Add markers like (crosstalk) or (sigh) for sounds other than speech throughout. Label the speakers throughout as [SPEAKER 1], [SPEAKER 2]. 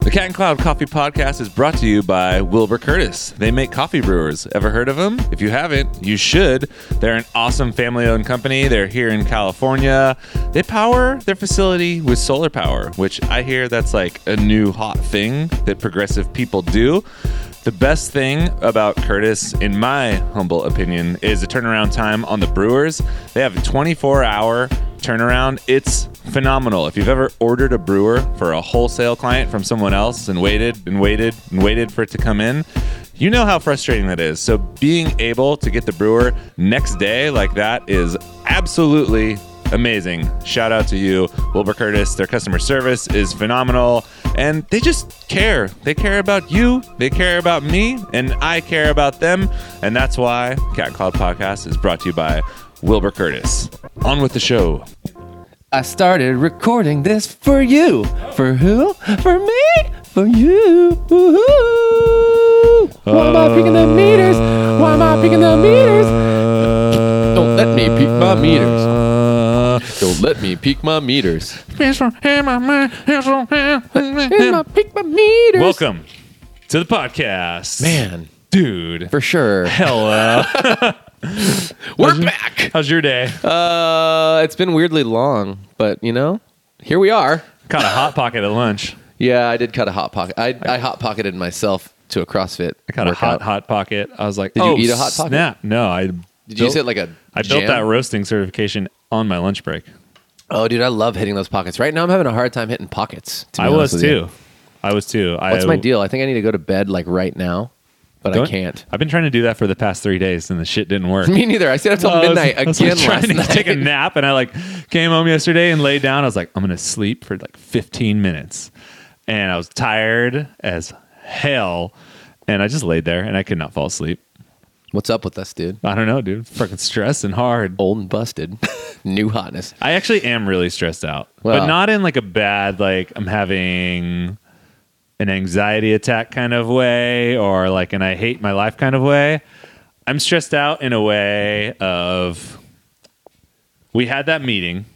[SPEAKER 1] The Cat and Cloud Coffee Podcast is brought to you by Wilbur Curtis. They make coffee brewers. Ever heard of them? If you haven't, you should. They're an awesome family owned company. They're here in California. They power their facility with solar power, which I hear that's like a new hot thing that progressive people do. The best thing about Curtis, in my humble opinion, is the turnaround time on the brewers. They have a 24 hour turnaround. It's phenomenal. If you've ever ordered a brewer for a wholesale client from someone else and waited and waited and waited for it to come in, you know how frustrating that is. So being able to get the brewer next day like that is absolutely amazing. Shout out to you, Wilbur Curtis. Their customer service is phenomenal and they just care. They care about you, they care about me, and I care about them. And that's why Cat Cloud Podcast is brought to you by Wilbur Curtis. On with the show.
[SPEAKER 2] I started recording this for you. For who? For me? For you. Woo-hoo. Why am I picking the meters? Why am I picking the meters? Don't let me peek my meters. Don't let me peek my meters. Let me peek my meters.
[SPEAKER 1] Welcome to the podcast.
[SPEAKER 2] Man,
[SPEAKER 1] Dude.
[SPEAKER 2] for sure. Mm-hmm.
[SPEAKER 1] Hello.
[SPEAKER 2] We're back.
[SPEAKER 1] How's your day?
[SPEAKER 2] Uh, it's been weirdly long, but you know, here we are.
[SPEAKER 1] Caught a hot pocket at lunch.
[SPEAKER 2] Yeah, I did cut a hot pocket. I, I hot pocketed myself to a CrossFit.
[SPEAKER 1] I caught a
[SPEAKER 2] workout.
[SPEAKER 1] hot hot pocket. I was like,
[SPEAKER 2] Did you
[SPEAKER 1] oh,
[SPEAKER 2] eat a Hot Pocket?
[SPEAKER 1] Snap. No, I Did
[SPEAKER 2] Did you use it like a?
[SPEAKER 1] I
[SPEAKER 2] jam?
[SPEAKER 1] built that roasting certification on my lunch break.
[SPEAKER 2] Oh, dude, I love hitting those pockets. Right now, I'm having a hard time hitting pockets. to be
[SPEAKER 1] I was
[SPEAKER 2] honest with you.
[SPEAKER 1] too. I was too.
[SPEAKER 2] What's
[SPEAKER 1] I,
[SPEAKER 2] my deal? I think I need to go to bed like right now, but I
[SPEAKER 1] Oh. Don't-
[SPEAKER 2] can't. (laughs)
[SPEAKER 1] I've been trying to do that for the past three days, and the shit didn't work.
[SPEAKER 2] Me neither. I stayed up till
[SPEAKER 1] I was-
[SPEAKER 2] midnight
[SPEAKER 1] I was,
[SPEAKER 2] again
[SPEAKER 1] like, trying
[SPEAKER 2] last
[SPEAKER 1] to
[SPEAKER 2] night.
[SPEAKER 1] take a nap, and I like came home yesterday and laid down. I was like, I'm gonna sleep for like 15 minutes, and I was tired as hell, and I just laid there and I could not fall asleep.
[SPEAKER 2] What's up with us, dude?
[SPEAKER 1] I don't know, dude. Fucking stressing hard.
[SPEAKER 2] Old and busted, (laughs) new hotness.
[SPEAKER 1] I actually am really stressed out, but
[SPEAKER 2] Well-
[SPEAKER 1] not in like a bad like I'm having an anxiety attack kind of way or like an I hate my life kind of way. I'm stressed out in a way of we had that meeting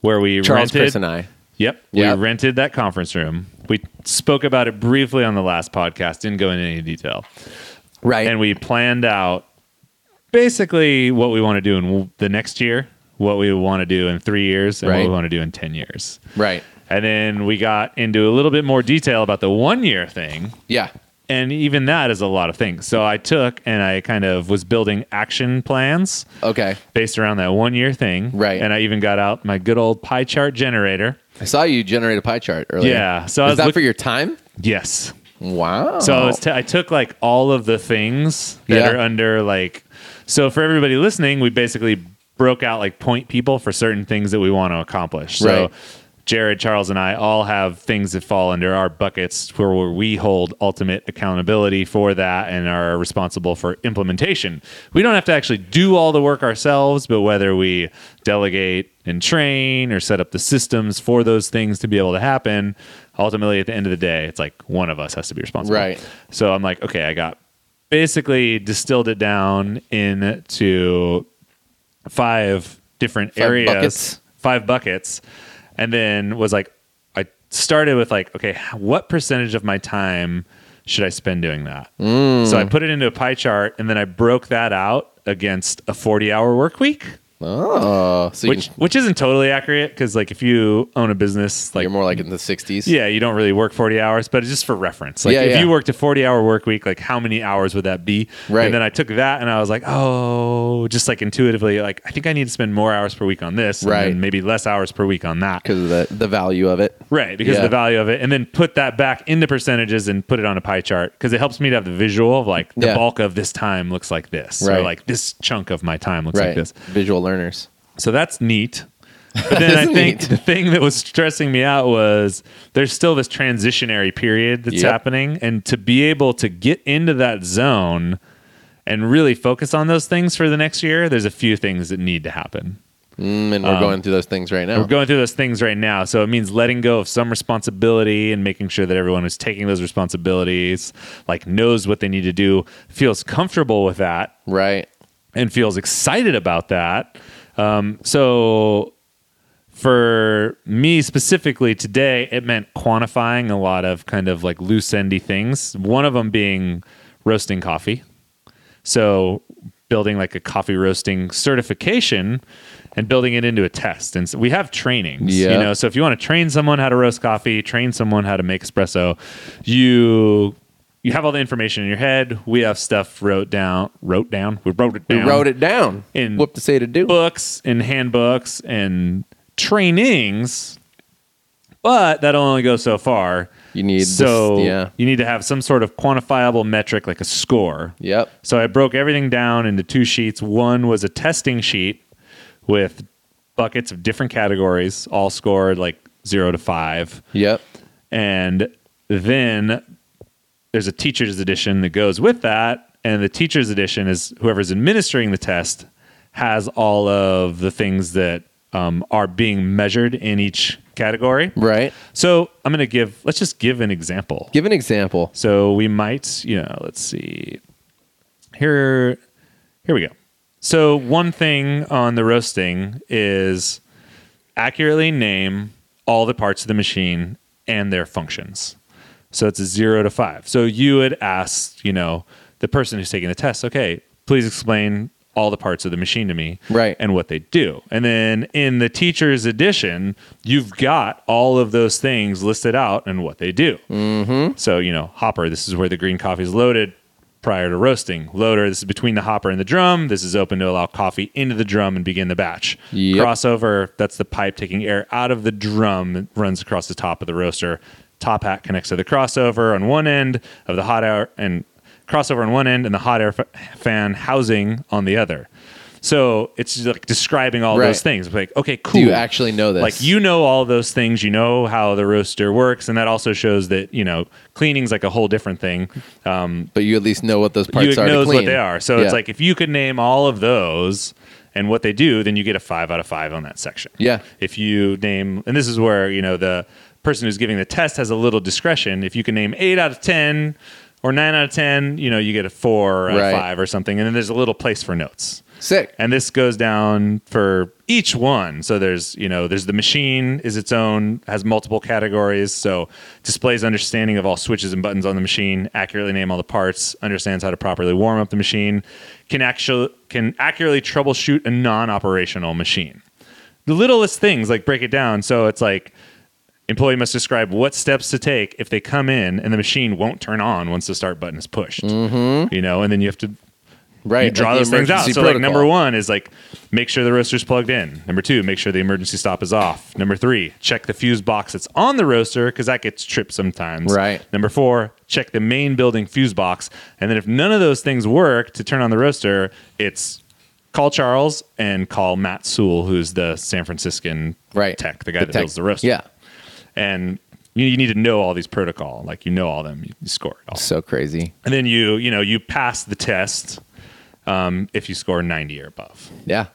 [SPEAKER 1] where we
[SPEAKER 2] Charles,
[SPEAKER 1] rented
[SPEAKER 2] Chris, and I.
[SPEAKER 1] Yep.
[SPEAKER 2] Yep.
[SPEAKER 1] We rented that conference room. We spoke about it briefly on the last podcast, didn't go into any detail
[SPEAKER 2] Right.
[SPEAKER 1] and we planned out basically what we want to do in w- the next year, what we want to do in three years, and what
[SPEAKER 2] Right.
[SPEAKER 1] we want to do in 10 years.
[SPEAKER 2] right.
[SPEAKER 1] And then we got into a little bit more detail about the one year thing.
[SPEAKER 2] Yeah.
[SPEAKER 1] And even that is a lot of things. So I took and I kind of was building action plans
[SPEAKER 2] Okay.
[SPEAKER 1] based around that one year thing.
[SPEAKER 2] Right.
[SPEAKER 1] And I even got out my good old pie chart generator.
[SPEAKER 2] I saw you generate a pie chart earlier.
[SPEAKER 1] Yeah, so I
[SPEAKER 2] Oh, Is
[SPEAKER 1] was
[SPEAKER 2] that
[SPEAKER 1] look-
[SPEAKER 2] for your time?
[SPEAKER 1] Yes.
[SPEAKER 2] Wow.
[SPEAKER 1] So I, was t- I took like all of the things that
[SPEAKER 2] Oh. Yeah.
[SPEAKER 1] are under like. So for everybody listening, we basically broke out like point people for certain things that we want to accomplish. So
[SPEAKER 2] Right.
[SPEAKER 1] Jared, Charles, and I all have things that fall under our buckets where where we hold ultimate accountability for that and are responsible for implementation. We don't have to actually do all the work ourselves, but whether we delegate and train or set up the systems for those things to be able to happen, ultimately at the end of the day, it's like one of us has to be responsible responsible.
[SPEAKER 2] Right.
[SPEAKER 1] So I'm like, okay, I got basically distilled it down into five different
[SPEAKER 2] Five
[SPEAKER 1] areas,
[SPEAKER 2] buckets?
[SPEAKER 1] five buckets, and then was like, I started with like, okay, what percentage of my time should I spend doing that?
[SPEAKER 2] Mm.
[SPEAKER 1] So I put it into a pie chart, and then I broke that out against a 40 hour work week.
[SPEAKER 2] oh, so you
[SPEAKER 1] Which, which isn't totally accurate because like if you own a business like
[SPEAKER 2] are more like in the 60s.
[SPEAKER 1] yeah, you don't really work 40 hours, but it's just for reference. Like
[SPEAKER 2] Yeah,
[SPEAKER 1] if
[SPEAKER 2] yeah.
[SPEAKER 1] you worked a 40 hour work week, like how many hours would that be?
[SPEAKER 2] Right.
[SPEAKER 1] And then I took that and I was like, oh, just like intuitively, like I think I need to spend more hours per week on this. and
[SPEAKER 2] Right.
[SPEAKER 1] then maybe less hours per week on that.
[SPEAKER 2] Because of the, the value of it.
[SPEAKER 1] Right. Because
[SPEAKER 2] Yeah.
[SPEAKER 1] of the value of it. And then put that back into percentages and put it on a pie chart because it helps me to have the visual of like the
[SPEAKER 2] Yeah.
[SPEAKER 1] bulk of this time looks like this. Or
[SPEAKER 2] Right.
[SPEAKER 1] like this chunk of my time looks like
[SPEAKER 2] Right.
[SPEAKER 1] this.
[SPEAKER 2] Visual learners.
[SPEAKER 1] So that's neat. But then I
[SPEAKER 2] That's
[SPEAKER 1] think
[SPEAKER 2] neat.
[SPEAKER 1] the thing that was stressing me out was there's still this transitionary period that's
[SPEAKER 2] Yep.
[SPEAKER 1] happening. And to be able to get into that zone and really focus on those things for the next year, there's a few things that need to happen.
[SPEAKER 2] Mm, and we're going through those things right now.
[SPEAKER 1] Um, We're going through those things right now. So it means letting go of some responsibility and making sure that everyone who's taking those responsibilities like knows what they need to do, feels comfortable with that,
[SPEAKER 2] right.
[SPEAKER 1] and feels excited about that. Um, so for me specifically today, it meant quantifying a lot of kind of like loose endy things. One of them being roasting coffee. So building like a coffee roasting certification and building it into a test. And so we have trainings,
[SPEAKER 2] Yeah.
[SPEAKER 1] you know. Uh, So if you want to train someone how to roast coffee, train someone how to make espresso, you you have all the information in your head. We have stuff wrote down, wrote down. We wrote it
[SPEAKER 2] We
[SPEAKER 1] down
[SPEAKER 2] wrote it down.
[SPEAKER 1] In
[SPEAKER 2] what to say to do.
[SPEAKER 1] books and handbooks and trainings, but that'll only go so far.
[SPEAKER 2] You need this-
[SPEAKER 1] so
[SPEAKER 2] yeah.
[SPEAKER 1] you need to have some sort of quantifiable metric like a score.
[SPEAKER 2] Yep.
[SPEAKER 1] So I broke everything down into two sheets. One was a testing sheet with buckets of different categories, all scored like zero to five.
[SPEAKER 2] Yep.
[SPEAKER 1] And then there's a teacher's edition that goes with that. And the teacher's edition is whoever's administering the test has all of the things that um, are being measured in each category.
[SPEAKER 2] Right.
[SPEAKER 1] So I'm going to give, let's just give an example.
[SPEAKER 2] Give an example.
[SPEAKER 1] So we might, you know, let's see. Here, here we go. So one thing on the roasting is accurately name all the parts of the machine and their functions. So it's a zero to five. So you would ask, you know, the person who's taking the test, okay, please explain all the parts of the machine to me
[SPEAKER 2] Right.
[SPEAKER 1] and what they do. And then in the teacher's edition, you've got all of those things listed out and what they do. So, you know, hopper, this is where the green coffee is loaded prior to roasting. Loader, this is between the hopper and the drum. This is open to allow coffee into the drum and begin the batch.
[SPEAKER 2] Yep.
[SPEAKER 1] Crossover, that's the pipe taking air out of the drum that runs across the top of the roaster. Top hat connects to the crossover on one end of the hot air and crossover on one end and the hot air f- fan housing on the other. So it's just like describing all
[SPEAKER 2] Right.
[SPEAKER 1] those things. Like, okay, cool.
[SPEAKER 2] Do you actually know this?
[SPEAKER 1] Like you know all those things. You know how the roaster works, and that also shows that you know cleaning's like a whole different thing. Um,
[SPEAKER 2] but you at least know what those parts
[SPEAKER 1] you
[SPEAKER 2] are. to
[SPEAKER 1] knows what
[SPEAKER 2] clean.
[SPEAKER 1] they are. So
[SPEAKER 2] Yeah.
[SPEAKER 1] it's like if you could name all of those and what they do, then you get a five out of five on that section.
[SPEAKER 2] Yeah.
[SPEAKER 1] If you name, and this is where you know the person who's giving the test has a little discretion. If you can name eight out of ten or nine out of ten, you know you get a four out
[SPEAKER 2] Right.
[SPEAKER 1] of five or something, and then there's a little place for notes
[SPEAKER 2] sick.
[SPEAKER 1] and this goes down for each one so there's you know there's the machine is its own has multiple categories so displays understanding of all switches and buttons on the machine accurately name all the parts understands how to properly warm up the machine can actually can accurately troubleshoot a non-operational machine the littlest things like break it down so it's like employee must describe what steps to take if they come in and the machine won't turn on once the start button is pushed you know and then you have to
[SPEAKER 2] Right.
[SPEAKER 1] you draw
[SPEAKER 2] like the
[SPEAKER 1] those things out.
[SPEAKER 2] emergency
[SPEAKER 1] So like
[SPEAKER 2] protocol.
[SPEAKER 1] number one is like make sure the roaster's plugged in. Number two, make sure the emergency stop is off. Number three, check the fuse box that's on the roaster because that gets tripped sometimes.
[SPEAKER 2] Right.
[SPEAKER 1] Number four, check the main building fuse box. And then if none of those things work to turn on the roaster, it's call Charles and call Matt Sewell, who's the San Franciscan
[SPEAKER 2] Right.
[SPEAKER 1] tech, the guy that
[SPEAKER 2] tech-
[SPEAKER 1] builds the roaster.
[SPEAKER 2] Yeah.
[SPEAKER 1] And you, you need to know all these protocol. Like you know all them. You, you score it all
[SPEAKER 2] So crazy.
[SPEAKER 1] and then you you know you pass the test um, if you score 90 or above
[SPEAKER 2] Yeah.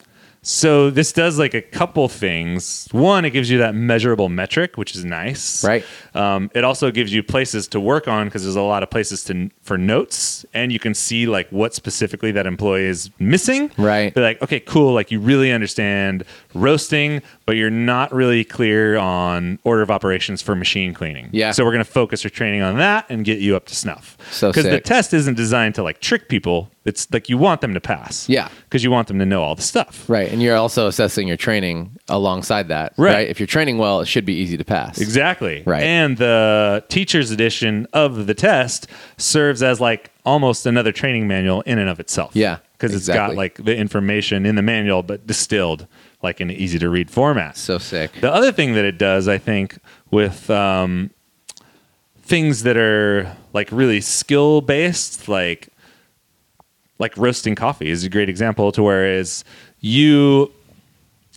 [SPEAKER 1] so this does like a couple things one it gives you that measurable metric which is nice
[SPEAKER 2] Right.
[SPEAKER 1] um, it also gives you places to work on because there's a lot of places to for notes and you can see like what specifically that employee is missing
[SPEAKER 2] Right.
[SPEAKER 1] They're like okay cool like you really understand roasting but you're not really clear on order of operations for machine cleaning
[SPEAKER 2] Yeah.
[SPEAKER 1] so we're going to focus our training on that and get you up to snuff
[SPEAKER 2] So
[SPEAKER 1] because the
[SPEAKER 2] sick.
[SPEAKER 1] test isn't designed to like trick people. It's like you want them to pass.
[SPEAKER 2] Yeah.
[SPEAKER 1] Because you want them to know all the stuff.
[SPEAKER 2] Right. And you're also assessing your training alongside that.
[SPEAKER 1] Right.
[SPEAKER 2] If you're training well, it should be easy to pass.
[SPEAKER 1] Exactly.
[SPEAKER 2] Right.
[SPEAKER 1] And the teacher's edition of the test serves as like almost another training manual in and of itself.
[SPEAKER 2] Yeah,
[SPEAKER 1] Because it's
[SPEAKER 2] exactly.
[SPEAKER 1] got like the information in the manual, but distilled like in easy to read format.
[SPEAKER 2] So sick.
[SPEAKER 1] The other thing that it does, I think, with um, things that are like really skill based, like like roasting coffee is a great example to where is you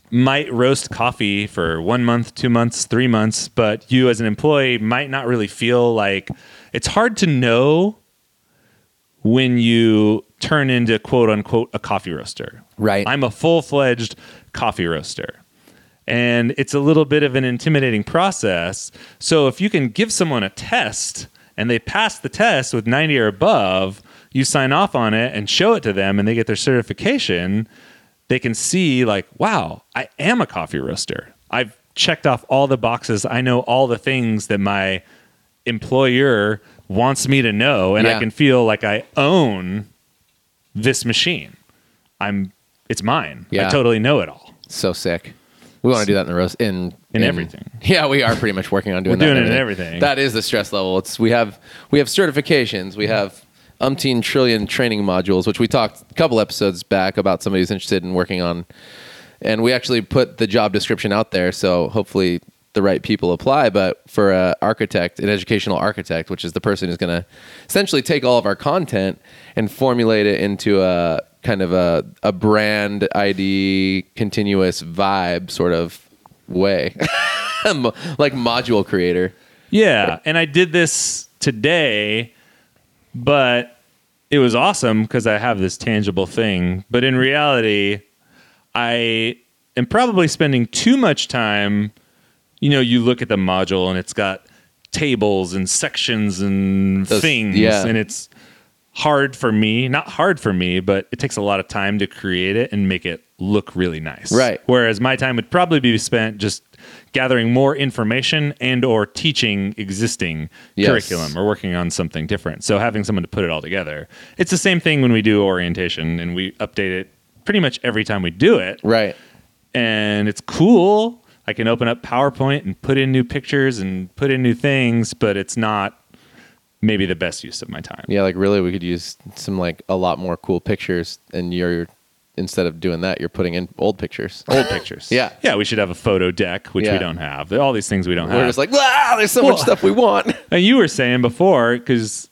[SPEAKER 1] might roast coffee for one month, two months, three months, but you as an employee might not really feel like it's hard to know when you turn into quote unquote a coffee roaster.
[SPEAKER 2] Right.
[SPEAKER 1] I'm a full fledged coffee roaster. And it's a little bit of an intimidating process. So if you can give someone a test and they pass the test with 90 or above, you sign off on it and show it to them and they get their certification, they can see like, wow, I am a coffee roaster. I've checked off all the boxes. I know all the things that my employer wants me to know, and
[SPEAKER 2] Yeah.
[SPEAKER 1] I can feel like I own this machine. I'm it's mine.
[SPEAKER 2] Yeah.
[SPEAKER 1] I totally know it all.
[SPEAKER 2] So sick. We want to do that in the roast in
[SPEAKER 1] In everything.
[SPEAKER 2] Yeah, we are pretty much working on doing
[SPEAKER 1] We're
[SPEAKER 2] that
[SPEAKER 1] doing it in everything.
[SPEAKER 2] That is the stress level. It's we have we have certifications. We have umpteen trillion training modules, which we talked a couple episodes back about somebody who's interested in working on. And we actually put the job description out there, so hopefully the right people apply. But for a architect, an educational architect, which is the person who's going to essentially take all of our content and formulate it into a kind of a, a brand ID continuous vibe sort of way, (laughs) Mo- like module creator.
[SPEAKER 1] Yeah, and I did this today, but it was awesome because I have this tangible thing. But in reality, I am probably spending too much time. You know, you look at the module and it's got tables and sections and
[SPEAKER 2] Those-
[SPEAKER 1] things,
[SPEAKER 2] yeah.
[SPEAKER 1] and it's hard for me. Not hard for me, but it takes a lot of time to create it and make it look really nice.
[SPEAKER 2] Right.
[SPEAKER 1] Whereas my time would probably be spent just gathering more information and or teaching existing
[SPEAKER 2] Yes.
[SPEAKER 1] curriculum or working on something different. So having someone to put it all together. It's the same thing when we do orientation and we update it pretty much every time we do it.
[SPEAKER 2] Right.
[SPEAKER 1] And it's cool. I can open up PowerPoint and put in new pictures and put in new things, but it's not maybe the best use of my time.
[SPEAKER 2] Yeah, like really, we could use some like a lot more cool pictures, and you're instead of doing that, you're putting in old pictures.
[SPEAKER 1] Old
[SPEAKER 2] (gasps)
[SPEAKER 1] pictures.
[SPEAKER 2] (laughs) Yeah.
[SPEAKER 1] Yeah, we should have a photo deck, which
[SPEAKER 2] Yeah.
[SPEAKER 1] we don't have. All these things we don't
[SPEAKER 2] We're
[SPEAKER 1] have.
[SPEAKER 2] just like, wow, there's so much
[SPEAKER 1] Well-
[SPEAKER 2] stuff we (laughs) want.
[SPEAKER 1] And you were saying before, because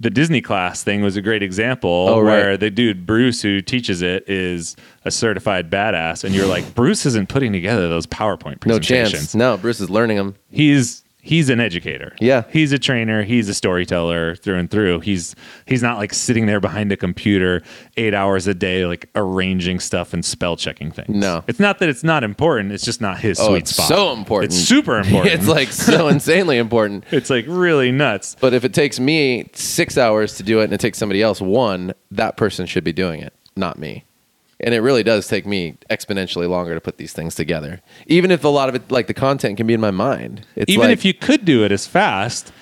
[SPEAKER 1] the Disney class thing was a great example
[SPEAKER 2] Oh, right.
[SPEAKER 1] where the dude Bruce who teaches it is a certified badass, and you're like, Bruce isn't putting together those PowerPoint
[SPEAKER 2] No
[SPEAKER 1] presentations.
[SPEAKER 2] chance. No, Bruce is learning them.
[SPEAKER 1] He's he's an educator.
[SPEAKER 2] Yeah.
[SPEAKER 1] He's a trainer, he's a storyteller through and through. He's he's not like sitting there behind a computer eight hours a day, like arranging stuff and spell checking things.
[SPEAKER 2] No.
[SPEAKER 1] It's not that it's not important, it's just not his
[SPEAKER 2] Oh,
[SPEAKER 1] sweet
[SPEAKER 2] it's
[SPEAKER 1] spot.
[SPEAKER 2] so important.
[SPEAKER 1] It's super important.
[SPEAKER 2] (laughs) It's like (laughs) so insanely important.
[SPEAKER 1] it's like really nuts.
[SPEAKER 2] But if it takes me six hours to do it and it takes somebody else one, that person should be doing it, not me. And it really does take me exponentially longer to put these things together. Even if a lot of it, like the content, can be in my mind. It's
[SPEAKER 1] even
[SPEAKER 2] like
[SPEAKER 1] if you could do it as fast,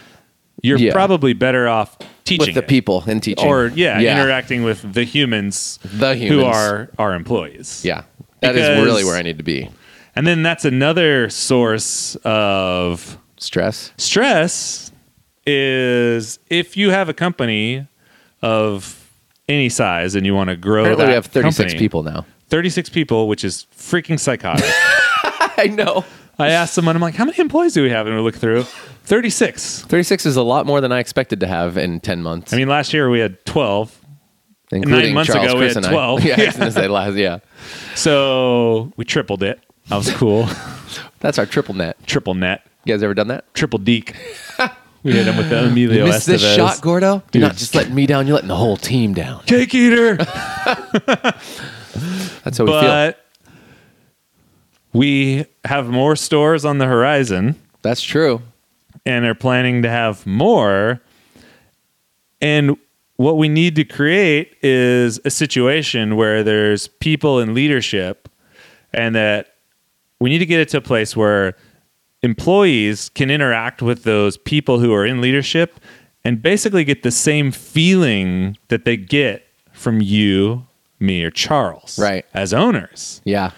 [SPEAKER 1] you're
[SPEAKER 2] Yeah.
[SPEAKER 1] probably better off teaching
[SPEAKER 2] with the
[SPEAKER 1] it.
[SPEAKER 2] people and teaching,
[SPEAKER 1] or yeah,
[SPEAKER 2] yeah,
[SPEAKER 1] interacting with the humans,
[SPEAKER 2] The
[SPEAKER 1] who
[SPEAKER 2] humans.
[SPEAKER 1] are our employees.
[SPEAKER 2] yeah. That is
[SPEAKER 1] Because-
[SPEAKER 2] really where I need to be.
[SPEAKER 1] and then that's another source of
[SPEAKER 2] Stress.
[SPEAKER 1] stress is if you have a company of any size and you want to grow.
[SPEAKER 2] Apparently,
[SPEAKER 1] that
[SPEAKER 2] we have 36
[SPEAKER 1] company-
[SPEAKER 2] people now.
[SPEAKER 1] 36 people, which is freaking psychotic.
[SPEAKER 2] (laughs) I know.
[SPEAKER 1] I asked someone, I'm like, how many employees do we have? And we look through 36.
[SPEAKER 2] 36 is a lot more than I expected to have in 10 months.
[SPEAKER 1] I mean, last year we had 12.
[SPEAKER 2] including
[SPEAKER 1] nine months
[SPEAKER 2] Charles,
[SPEAKER 1] ago, we
[SPEAKER 2] Chris
[SPEAKER 1] had
[SPEAKER 2] and I.
[SPEAKER 1] 12.
[SPEAKER 2] (laughs) Yeah, I
[SPEAKER 1] (laughs)
[SPEAKER 2] was going to say last. Yeah.
[SPEAKER 1] So we tripled it. That was
[SPEAKER 2] (laughs)
[SPEAKER 1] cool.
[SPEAKER 2] That's our triple net.
[SPEAKER 1] triple net,
[SPEAKER 2] You guys ever done that?
[SPEAKER 1] triple deke. We hit him with the Emilio
[SPEAKER 2] Miss this
[SPEAKER 1] Estevez.
[SPEAKER 2] shot, Gordo.
[SPEAKER 1] Dude.
[SPEAKER 2] You're not just letting me down. You're letting the whole team down.
[SPEAKER 1] Cake
[SPEAKER 2] (laughs)
[SPEAKER 1] eater.
[SPEAKER 2] That's how we feel.
[SPEAKER 1] but we have more stores on the horizon
[SPEAKER 2] That's true.
[SPEAKER 1] and are planning to have more. And what we need to create is a situation where there's people in leadership and that we need to get it to a place where employees can interact with those people who are in leadership and basically get the same feeling that they get from you, me, or Charles,
[SPEAKER 2] Right.
[SPEAKER 1] As owners,
[SPEAKER 2] Yeah.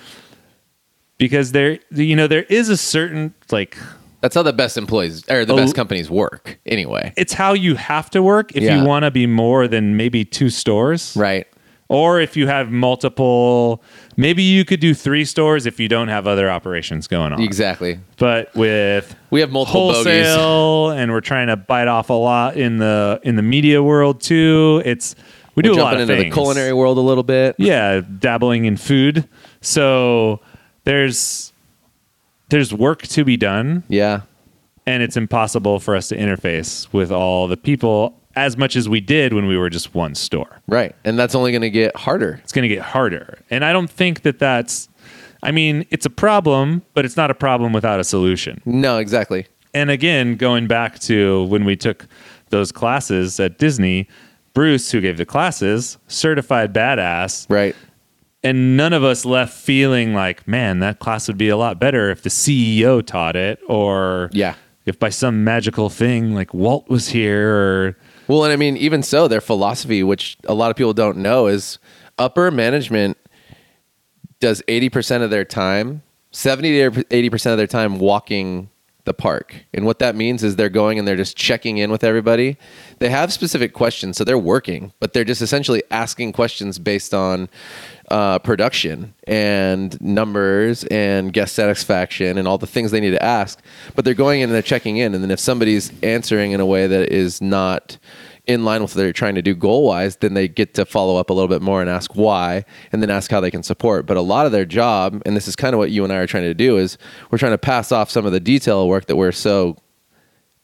[SPEAKER 1] because there, you know, there is a certain like
[SPEAKER 2] That's how the best employees or the
[SPEAKER 1] Oh.
[SPEAKER 2] best companies work anyway.
[SPEAKER 1] it's how you have to work if
[SPEAKER 2] Yeah.
[SPEAKER 1] you want to be more than maybe two stores,
[SPEAKER 2] Right.
[SPEAKER 1] Or if you have multiple, maybe you could do three stores if you don't have other operations going on.
[SPEAKER 2] Exactly.
[SPEAKER 1] But
[SPEAKER 2] (laughs)
[SPEAKER 1] with
[SPEAKER 2] We have multiple bogeys.
[SPEAKER 1] wholesale and we're trying to bite off a lot in the in the media world too it's we do
[SPEAKER 2] We're
[SPEAKER 1] a lot
[SPEAKER 2] jumping
[SPEAKER 1] of
[SPEAKER 2] into
[SPEAKER 1] things.
[SPEAKER 2] the culinary world a little bit.
[SPEAKER 1] yeah dabbling in food so there's there's work to be done
[SPEAKER 2] Yeah.
[SPEAKER 1] and it's impossible for us to interface with all the people as much as we did when we were just one store
[SPEAKER 2] Right. And that's only going to get harder.
[SPEAKER 1] it's going to get harder. And I don't think that that's, I mean, it's a problem, but it's not a problem without a solution.
[SPEAKER 2] No, exactly.
[SPEAKER 1] And again, going back to when we took those classes at Disney, Bruce, who gave the classes, certified badass,
[SPEAKER 2] Right.
[SPEAKER 1] and none of us left feeling like, man, that class would be a lot better if the CEO taught it or
[SPEAKER 2] Yeah.
[SPEAKER 1] if by some magical thing like Walt was here or
[SPEAKER 2] Well, and I mean, even so, their philosophy, which a lot of people don't know, is upper management does 80% of their time, 70 to 80% of their time walking the park. And what that means is they're going and they're just checking in with everybody. They have specific questions, so they're working, but they're just essentially asking questions based on uh, production and numbers and guest satisfaction and all the things they need to ask. But they're going in and they're checking in. And then if somebody's answering in a way that is not in line with what they're trying to do goal wise, then they get to follow up a little bit more and ask why and then ask how they can support. But a lot of their job, and this is kind of what you and I are trying to do, is we're trying to pass off some of the detail work that we're so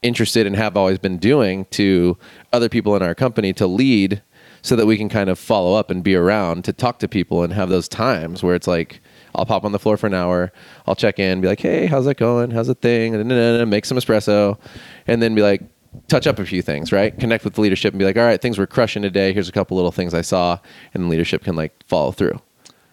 [SPEAKER 2] interested and have always been doing to other people in our company to lead so that we can kind of follow up and be around to talk to people and have those times where it's like I'll pop on the floor for an hour, I'll check in, be like, "Hey, how's it going? How's the thing?" and then make some espresso and then be like touch up a few things, right? Connect with the leadership and be like, "All right, things we're crushing today. Here's a couple little things I saw." And the leadership can like follow through,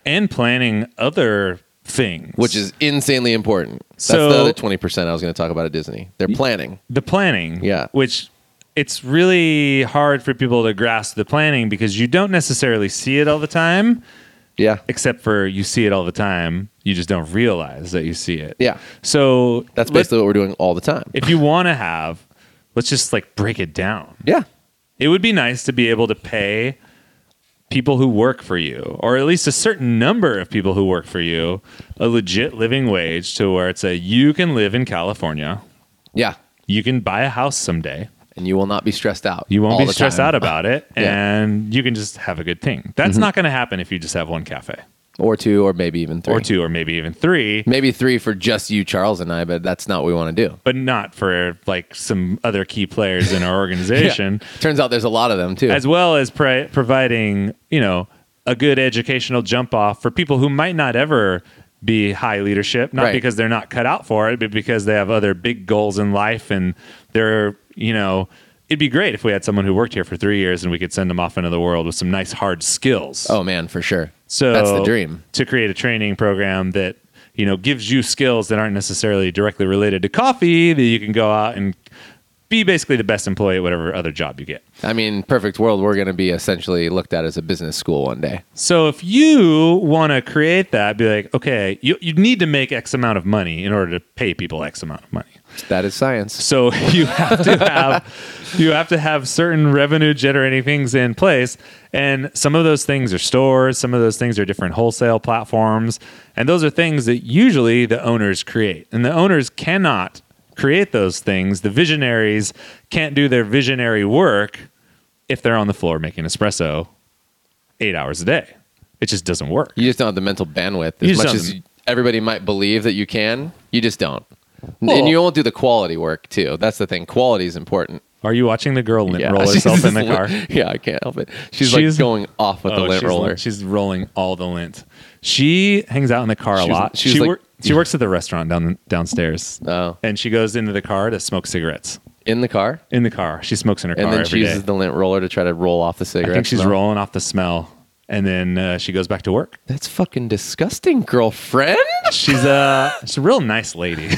[SPEAKER 1] and planning other things.
[SPEAKER 2] which is insanely important. That's
[SPEAKER 1] So-
[SPEAKER 2] the other 20% I was going to talk about at Disney. They're planning.
[SPEAKER 1] the planning.
[SPEAKER 2] Yeah.
[SPEAKER 1] Which it's really hard for people to grasp the planning because you don't necessarily see it all the time,
[SPEAKER 2] Yeah.
[SPEAKER 1] except for you see it all the time. You just don't realize that you see it.
[SPEAKER 2] Yeah.
[SPEAKER 1] So
[SPEAKER 2] That's
[SPEAKER 1] let-
[SPEAKER 2] basically what we're doing all the time.
[SPEAKER 1] if you want to have, let's just like break it down.
[SPEAKER 2] Yeah.
[SPEAKER 1] It would be nice to be able to pay people who work for you, or at least a certain number of people who work for you, a legit living wage to where it's a you can live in California,
[SPEAKER 2] Yeah.
[SPEAKER 1] you can buy a house someday.
[SPEAKER 2] And you will not be stressed out.
[SPEAKER 1] You won't
[SPEAKER 2] all
[SPEAKER 1] be
[SPEAKER 2] the
[SPEAKER 1] stressed
[SPEAKER 2] time.
[SPEAKER 1] out about it,
[SPEAKER 2] (laughs) Yeah. Mm-hmm.
[SPEAKER 1] and you can just have a good thing. That's not going to happen if you just have one cafe
[SPEAKER 2] Or two, or maybe even three.
[SPEAKER 1] or two, or maybe even three,
[SPEAKER 2] Maybe three for just you, Charles, and I, but that's not what we want to do.
[SPEAKER 1] but not for like some other key players in
[SPEAKER 2] (laughs)
[SPEAKER 1] our organization,
[SPEAKER 2] Turns out there's a lot of them, too.
[SPEAKER 1] as well as pri providing you know a good educational jump off for people who might not ever be high leadership, not
[SPEAKER 2] Right.
[SPEAKER 1] because they're not cut out for it, but because they have other big goals in life and they're you know. It'd be great if we had someone who worked here for three years and we could send them off into the world with some nice hard skills.
[SPEAKER 2] oh, man, for sure.
[SPEAKER 1] So
[SPEAKER 2] that's the dream.
[SPEAKER 1] to create a training program that you know gives you skills that aren't necessarily directly related to coffee that you can go out and be basically the best employee at whatever other job you get.
[SPEAKER 2] I mean, perfect world, we're going to be essentially looked at as a business school one day.
[SPEAKER 1] So if you want to create that, be like, okay, you you need to make X amount of money in order to pay people X amount of money.
[SPEAKER 2] That is science.
[SPEAKER 1] So (laughs) you have to have you have to have certain revenue generating things in place, and some of those things are stores, some of those things are different wholesale platforms, and those are things that usually the owners create, and the owners cannot create those things. The visionaries can't do their visionary work if they're on the floor making espresso eight hours a day. It just doesn't work.
[SPEAKER 2] You just don't have the mental bandwidth.
[SPEAKER 1] You just
[SPEAKER 2] As much
[SPEAKER 1] don't
[SPEAKER 2] as
[SPEAKER 1] have-
[SPEAKER 2] everybody might believe that you can, you just don't.
[SPEAKER 1] Well-
[SPEAKER 2] and you won't do the quality work, too. That's the thing. Quality is important.
[SPEAKER 1] Are you watching the girl lint roll
[SPEAKER 2] (laughs) she's
[SPEAKER 1] herself in the
[SPEAKER 2] just
[SPEAKER 1] car?
[SPEAKER 2] li- Yeah, I can't help it. She's,
[SPEAKER 1] She's- Oh,
[SPEAKER 2] like going off with the lint
[SPEAKER 1] she's,
[SPEAKER 2] roller.
[SPEAKER 1] She's rolling all the lint. She hangs out in the car a
[SPEAKER 2] She's-
[SPEAKER 1] lot.
[SPEAKER 2] she's
[SPEAKER 1] she
[SPEAKER 2] like-
[SPEAKER 1] wor- she works at the restaurant down downstairs.
[SPEAKER 2] Oh.
[SPEAKER 1] And she goes into the car to smoke cigarettes.
[SPEAKER 2] in the car,
[SPEAKER 1] In the car. She smokes in her
[SPEAKER 2] and
[SPEAKER 1] car
[SPEAKER 2] then
[SPEAKER 1] every
[SPEAKER 2] she
[SPEAKER 1] day.
[SPEAKER 2] uses the lint roller to try to roll off the
[SPEAKER 1] I
[SPEAKER 2] cigarette.
[SPEAKER 1] think she's
[SPEAKER 2] smell.
[SPEAKER 1] rolling off the smell. And then uh, she goes back to work.
[SPEAKER 2] That's fucking disgusting, girlfriend.
[SPEAKER 1] She's a (laughs) she's a real nice lady.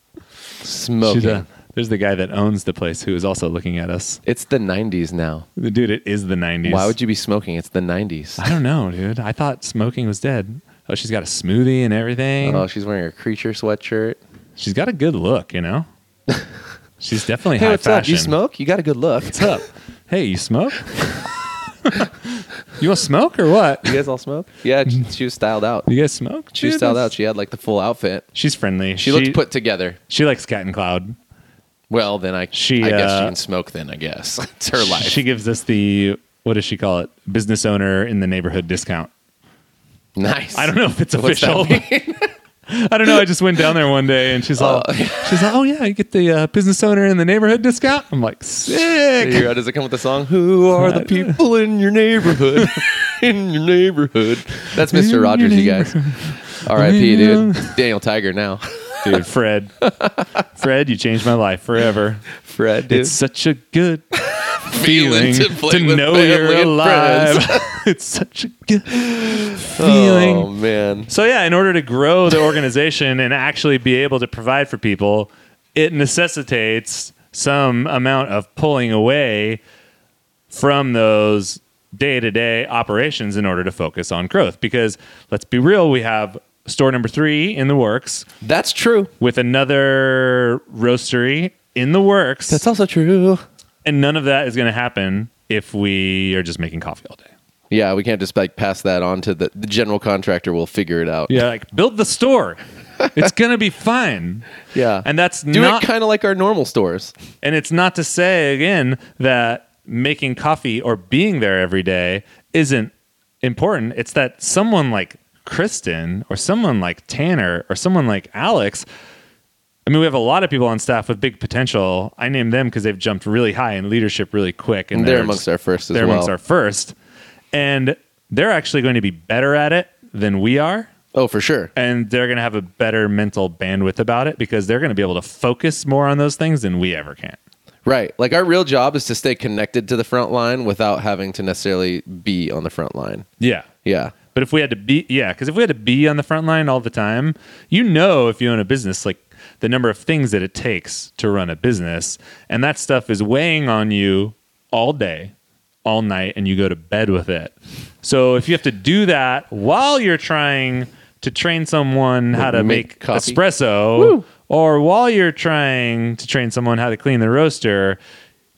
[SPEAKER 1] (laughs)
[SPEAKER 2] Smoking.
[SPEAKER 1] She's a, there's the guy that owns the place who is also looking at us.
[SPEAKER 2] it's the '90s now.
[SPEAKER 1] Dude, it is the 90s.
[SPEAKER 2] Why would you be smoking? It's the '90s.
[SPEAKER 1] I don't know, dude. I thought smoking was dead. Oh, she's got a smoothie and everything.
[SPEAKER 2] Oh, she's wearing her creature sweatshirt.
[SPEAKER 1] She's got a good look, you
[SPEAKER 2] (laughs)
[SPEAKER 1] know. She's definitely
[SPEAKER 2] Hey,
[SPEAKER 1] high
[SPEAKER 2] what's
[SPEAKER 1] fashion.
[SPEAKER 2] up? You smoke? You got a good look. What's up?
[SPEAKER 1] Hey, you smoke? (laughs) you want to smoke or what?
[SPEAKER 2] You guys all smoke?
[SPEAKER 1] (laughs)
[SPEAKER 2] Yeah, she, she was styled out.
[SPEAKER 1] You guys smoke?
[SPEAKER 2] She was
[SPEAKER 1] Dude,
[SPEAKER 2] styled out.
[SPEAKER 1] that's-
[SPEAKER 2] She had like the full outfit.
[SPEAKER 1] She's friendly.
[SPEAKER 2] She, looked put together.
[SPEAKER 1] She likes Cat and Cloud.
[SPEAKER 2] Well, then I,
[SPEAKER 1] She,
[SPEAKER 2] I guess she
[SPEAKER 1] uh,
[SPEAKER 2] can smoke. Then I guess (laughs) it's her life.
[SPEAKER 1] She gives us the what does she call it? Business owner in the neighborhood discount.
[SPEAKER 2] nice.
[SPEAKER 1] I don't know if it's
[SPEAKER 2] (laughs) What's that
[SPEAKER 1] official. (laughs) I don't know. I just went down there one day and she's all,
[SPEAKER 2] Oh. (laughs)
[SPEAKER 1] she's like, oh yeah, you get the uh, business owner in the neighborhood discount. I'm like,
[SPEAKER 2] (laughs)
[SPEAKER 1] sick.
[SPEAKER 2] Here, does it come with the song? Who
[SPEAKER 1] (laughs)
[SPEAKER 2] are the people in your neighborhood? in your neighborhood. That's
[SPEAKER 1] In your
[SPEAKER 2] Mr. Rogers, you guys. R.I.P.
[SPEAKER 1] In
[SPEAKER 2] dude. Daniel Tiger now.
[SPEAKER 1] Dude, (laughs) Fred. Fred, you changed my life forever.
[SPEAKER 2] Fred,
[SPEAKER 3] (laughs)
[SPEAKER 2] dude.
[SPEAKER 1] It's such a good feeling to,
[SPEAKER 3] play with
[SPEAKER 1] know
[SPEAKER 3] family
[SPEAKER 1] you're
[SPEAKER 3] and friends.
[SPEAKER 1] alive.
[SPEAKER 3] (laughs)
[SPEAKER 1] it's such a good (laughs) feeling.
[SPEAKER 3] Oh man.
[SPEAKER 1] So yeah, in order to grow the organization and actually be able to provide for people, it necessitates some amount of pulling away from those day-to-day operations in order to focus on growth because let's be real, we have store number 3 in the works
[SPEAKER 2] That's true.
[SPEAKER 1] with another roastery in the works
[SPEAKER 2] That's also true.
[SPEAKER 1] and none of that is going to happen if we are just making coffee all day.
[SPEAKER 2] Yeah, we can't just like pass that on to the, the general contractor. Will figure it out.
[SPEAKER 1] Yeah, like build the
[SPEAKER 2] (laughs)
[SPEAKER 1] store. it's going to be fine.
[SPEAKER 2] yeah.
[SPEAKER 1] And that's
[SPEAKER 2] do
[SPEAKER 1] not
[SPEAKER 2] it kind of like our normal stores.
[SPEAKER 1] And it's not to say again that making coffee or being there every day isn't important. It's that someone like Kristen or someone like Tanner or someone like Alex. I mean, we have a lot of people on staff with big potential. I name them because they've jumped really high in leadership really quick, and
[SPEAKER 2] They're
[SPEAKER 1] there's-
[SPEAKER 2] amongst our first as
[SPEAKER 1] they're amongst
[SPEAKER 2] well.
[SPEAKER 1] our first, and they're actually going to be better at it than we are
[SPEAKER 2] Oh, for sure.
[SPEAKER 1] and they're going to have a better mental bandwidth about it because they're going to be able to focus more on those things than we ever can.
[SPEAKER 2] Right. Like our real job is to stay connected to the front line without having to necessarily be on the front line.
[SPEAKER 1] Yeah.
[SPEAKER 2] Yeah.
[SPEAKER 1] But if we had to be, yeah, because if we had to be on the front line all the time, you know, if you own a business, like the number of things that it takes to run a business, and that stuff is weighing on you all day, all night, and you go to bed with it. So if you have to do that while you're trying to train someone how to
[SPEAKER 2] Make
[SPEAKER 1] make,
[SPEAKER 2] coffee.
[SPEAKER 1] espresso, or while you're trying to train someone how to clean the roaster,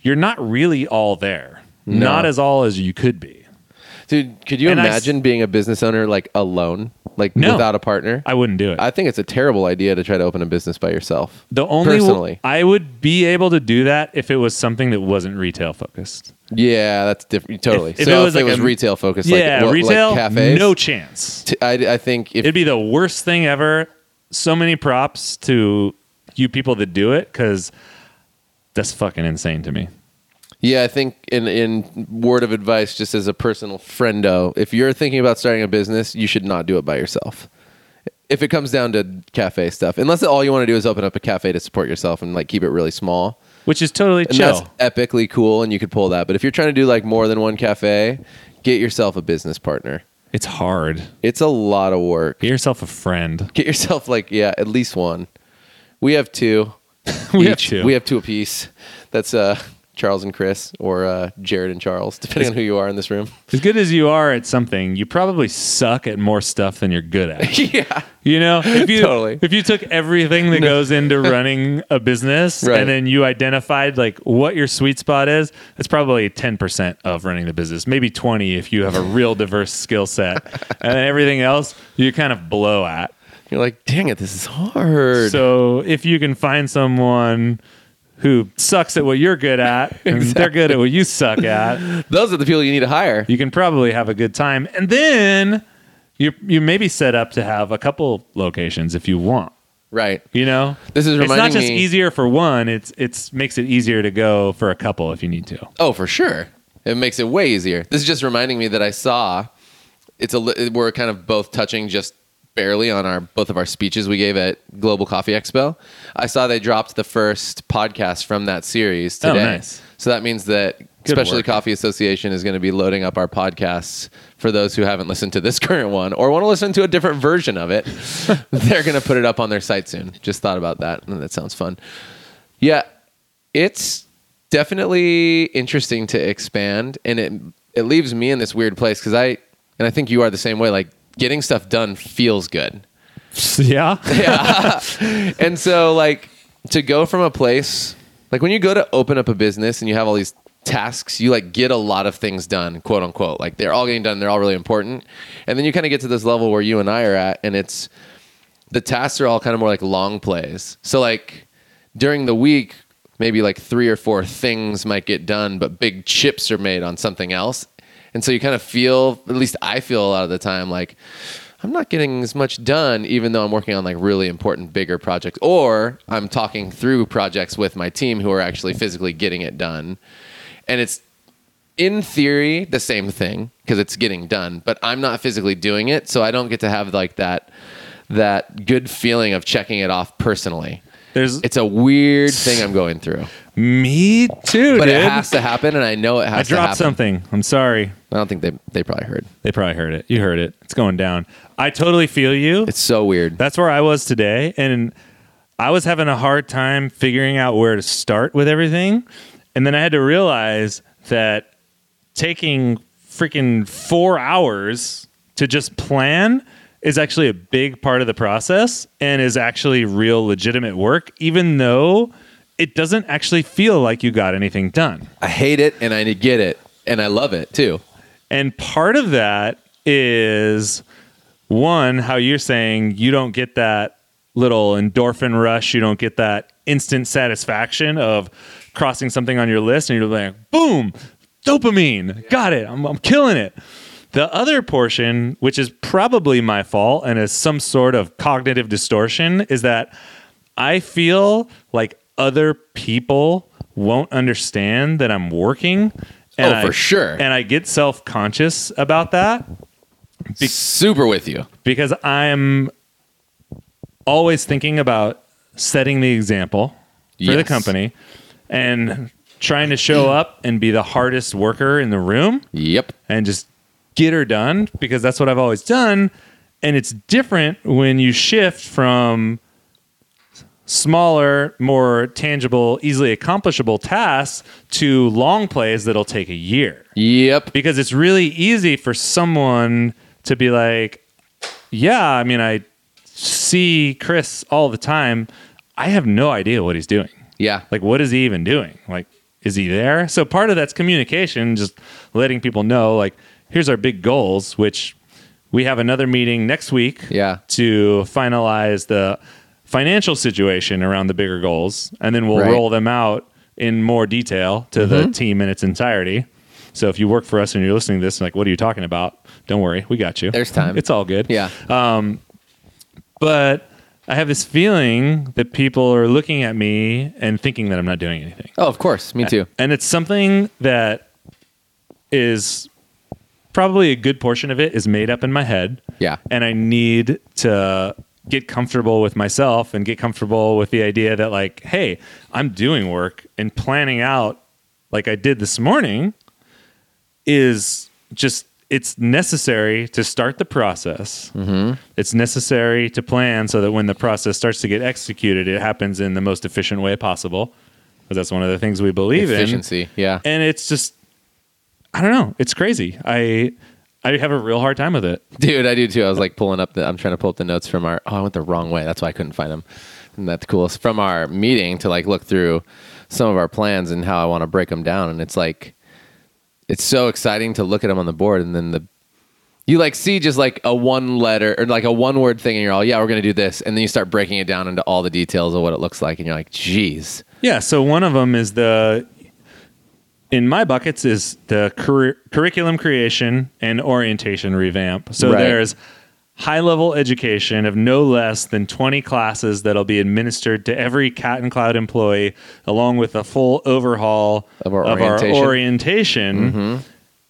[SPEAKER 1] you're not really all there, not as all as you could be.
[SPEAKER 2] Dude, could you
[SPEAKER 1] And I s-
[SPEAKER 2] imagine being a business owner like alone, like
[SPEAKER 1] No.
[SPEAKER 2] without a partner?
[SPEAKER 1] I wouldn't do it.
[SPEAKER 2] I think it's a terrible idea to try to open a business by yourself.
[SPEAKER 1] The only
[SPEAKER 2] Personally.
[SPEAKER 1] I would be able to do that if it was something that wasn't retail focused.
[SPEAKER 2] Yeah, that's different. Totally.
[SPEAKER 1] If- if
[SPEAKER 2] so
[SPEAKER 1] it
[SPEAKER 2] if
[SPEAKER 1] was
[SPEAKER 2] it
[SPEAKER 1] like
[SPEAKER 2] was
[SPEAKER 1] a-
[SPEAKER 2] retail focused,
[SPEAKER 1] yeah,
[SPEAKER 2] like, well,
[SPEAKER 1] retail,
[SPEAKER 2] like cafes,
[SPEAKER 1] no chance.
[SPEAKER 2] t- I, I think if
[SPEAKER 1] It'd be the worst thing ever. So many props to you people that do it because that's fucking insane to me.
[SPEAKER 2] Yeah, I think in in word of advice, just as a personal friendo, if you're thinking about starting a business, you should not do it by yourself. If it comes down to cafe stuff, unless all you want to do is open up a cafe to support yourself and like keep it really small,
[SPEAKER 1] Which is totally
[SPEAKER 2] and
[SPEAKER 1] chill.
[SPEAKER 2] that's epically cool, and you could pull that. But if you're trying to do like more than one cafe, get yourself a business partner.
[SPEAKER 1] It's hard.
[SPEAKER 2] It's a lot of work.
[SPEAKER 1] Get yourself a friend.
[SPEAKER 2] Get yourself like yeah, at least one. We have two.
[SPEAKER 1] We have
[SPEAKER 2] each.
[SPEAKER 1] two.
[SPEAKER 2] (laughs) We have two apiece. That's uh Charles and Chris, or uh, Jared and Charles, depending on who you are in
[SPEAKER 1] (laughs)
[SPEAKER 2] this room.
[SPEAKER 1] As good as you are at something, you probably suck at more stuff than you're good at.
[SPEAKER 2] yeah.
[SPEAKER 1] You know,
[SPEAKER 2] (laughs)
[SPEAKER 1] if you
[SPEAKER 2] Totally.
[SPEAKER 1] if you took everything that goes
[SPEAKER 2] (laughs)
[SPEAKER 1] into running a business
[SPEAKER 2] Right.
[SPEAKER 1] and then you identified like what your sweet spot is, it's probably ten percent of running the business, maybe twenty if you have a real diverse skill
[SPEAKER 2] (laughs)
[SPEAKER 1] set, and then everything else you kind of blow at.
[SPEAKER 2] You're like, dang it, this is hard.
[SPEAKER 1] So if you can find someone who sucks at what you're good
[SPEAKER 2] (laughs)
[SPEAKER 1] at and they're good at what you suck at,
[SPEAKER 2] Those are the people you need to hire.
[SPEAKER 1] you can probably have a good time, and then you you may be set up to have a couple locations if you want.
[SPEAKER 2] Right.
[SPEAKER 1] You know,
[SPEAKER 2] This is
[SPEAKER 1] it's
[SPEAKER 2] reminding
[SPEAKER 1] not just
[SPEAKER 2] me-
[SPEAKER 1] easier for one. It's it's makes it easier to go for a couple if you need to.
[SPEAKER 2] Oh, for sure. It makes it way easier. This is just reminding me that I saw it's a li- we're kind of both touching just barely on our both of our speeches we gave at Global Coffee Expo. I saw they dropped the first podcast from that series
[SPEAKER 1] Oh,
[SPEAKER 2] today.
[SPEAKER 1] nice.
[SPEAKER 2] So that means that Specialty
[SPEAKER 1] work.
[SPEAKER 2] Coffee Association is going to be loading up our podcasts for those who haven't listened to this (laughs) current one or want to listen to a different version of it. They're going to put it up on their site soon. Just thought about that. and That sounds fun. Yeah, it's definitely interesting to expand, and it it leaves me in this weird place because I and I think you are the same way. Like getting stuff done feels good,
[SPEAKER 1] Yeah,
[SPEAKER 2] and so like to go from a place like when you go to open up a business and you have all these tasks you like get a lot of things done quote unquote like they're all getting done they're all really important and then you kind of get to this level where you and i are at and it's the tasks are all kind of more like long plays. So like during the week, maybe like three or four things might get done, but big chips are made on something else. And so you kind of feel, at least I feel a lot of the time, like I'm not getting as much done, even though I'm working on like really important, bigger projects, or I'm talking through projects with my team who are actually physically getting it done. And it's in theory the same thing because it's getting done but i'm not physically doing it so i don't get to have like that that good feeling of checking it off personally
[SPEAKER 1] (laughs) there's
[SPEAKER 2] it's a weird thing i'm going through
[SPEAKER 1] Me too,
[SPEAKER 2] But
[SPEAKER 1] dude.
[SPEAKER 2] it has to happen, and I know it has
[SPEAKER 1] I
[SPEAKER 2] to happen.
[SPEAKER 1] dropped something. I'm sorry.
[SPEAKER 2] I don't think they they probably heard.
[SPEAKER 1] They probably heard it. You heard it. It's going down. I totally feel you.
[SPEAKER 2] It's so weird.
[SPEAKER 1] That's where I was today. And I was having a hard time figuring out where to start with everything. And then I had to realize that taking freaking four hours to just plan is actually a big part of the process and is actually real legitimate work, even though it doesn't actually feel like you got anything done.
[SPEAKER 2] I hate it, and I get it, and I love it too.
[SPEAKER 1] And part of that is one, how you're saying you don't get that little endorphin rush, you don't get that instant satisfaction of crossing something on your list, and you're like, boom, dopamine, got it, I'm, I'm killing it. The other portion, which is probably my fault and is some sort of cognitive distortion, is that I feel like other people won't understand that I'm working.
[SPEAKER 2] Oh, for sure.
[SPEAKER 1] And I get self conscious about that
[SPEAKER 2] Super with you.
[SPEAKER 1] because I'm always thinking about setting the example for the
[SPEAKER 2] Yes.
[SPEAKER 1] company and trying to show up and be the hardest worker in the room
[SPEAKER 2] Yep.
[SPEAKER 1] and just get her done because that's what I've always done. And it's different when you shift from smaller, more tangible, easily accomplishable tasks to long plays that'll take a year
[SPEAKER 2] Yep.
[SPEAKER 1] because it's really easy for someone to be like, yeah, I mean, I see Chris all the time. I have no idea what he's doing.
[SPEAKER 2] Yeah.
[SPEAKER 1] Like, what is he even doing? Like, is he there? So part of that's communication, just letting people know, like, here's our big goals, which we have another meeting next week
[SPEAKER 2] Yeah.
[SPEAKER 1] to finalize the financial situation around the bigger goals, and then we'll
[SPEAKER 2] Right. Mm-hmm.
[SPEAKER 1] roll them out in more detail to the team in its entirety. So if you work for us and you're listening to this, and like, what are you talking about? Don't worry, we got you.
[SPEAKER 2] There's time.
[SPEAKER 1] It's all good
[SPEAKER 2] Yeah.
[SPEAKER 1] but I have this feeling that people are looking at me and thinking that I'm not doing anything.
[SPEAKER 2] oh, of course.
[SPEAKER 1] uh,
[SPEAKER 2] Me too.
[SPEAKER 1] And it's something that is probably a good portion of it is made up in my head.
[SPEAKER 2] Yeah.
[SPEAKER 1] And I need to get comfortable with myself and get comfortable with the idea that, like, hey, I'm doing work and planning out like I did this morning is just it's necessary to start the process.
[SPEAKER 2] Mm-hmm.
[SPEAKER 1] It's necessary to plan so that when the process starts to get executed, it happens in the most efficient way possible. Because that's one of the things we believe
[SPEAKER 2] Efficiency. Yeah.
[SPEAKER 1] in. And it's just, I don't know. It's crazy. I I have a real hard time with it.
[SPEAKER 2] Dude, I do too. I was like pulling up the. I'm trying to pull up the notes from our. Oh, I went the wrong way. That's why I couldn't find them. And that's cool. It's From our meeting to like look through some of our plans and how I want to break them down. And it's like, it's so exciting to look at them on the board. And then the, you like see just like a one letter or like a one word thing, and you're all, yeah, we're gonna do this. And then you start breaking it down into all the details of what it looks like, and you're like, geez,
[SPEAKER 1] Yeah. So one of them is the in my buckets is the curri- curriculum creation and orientation revamp. So
[SPEAKER 2] Right.
[SPEAKER 1] there's high level education of no less than 20 classes that'll be administered to every Cat and Cloud employee, along with a full overhaul
[SPEAKER 2] Of our orientation.
[SPEAKER 1] orientation.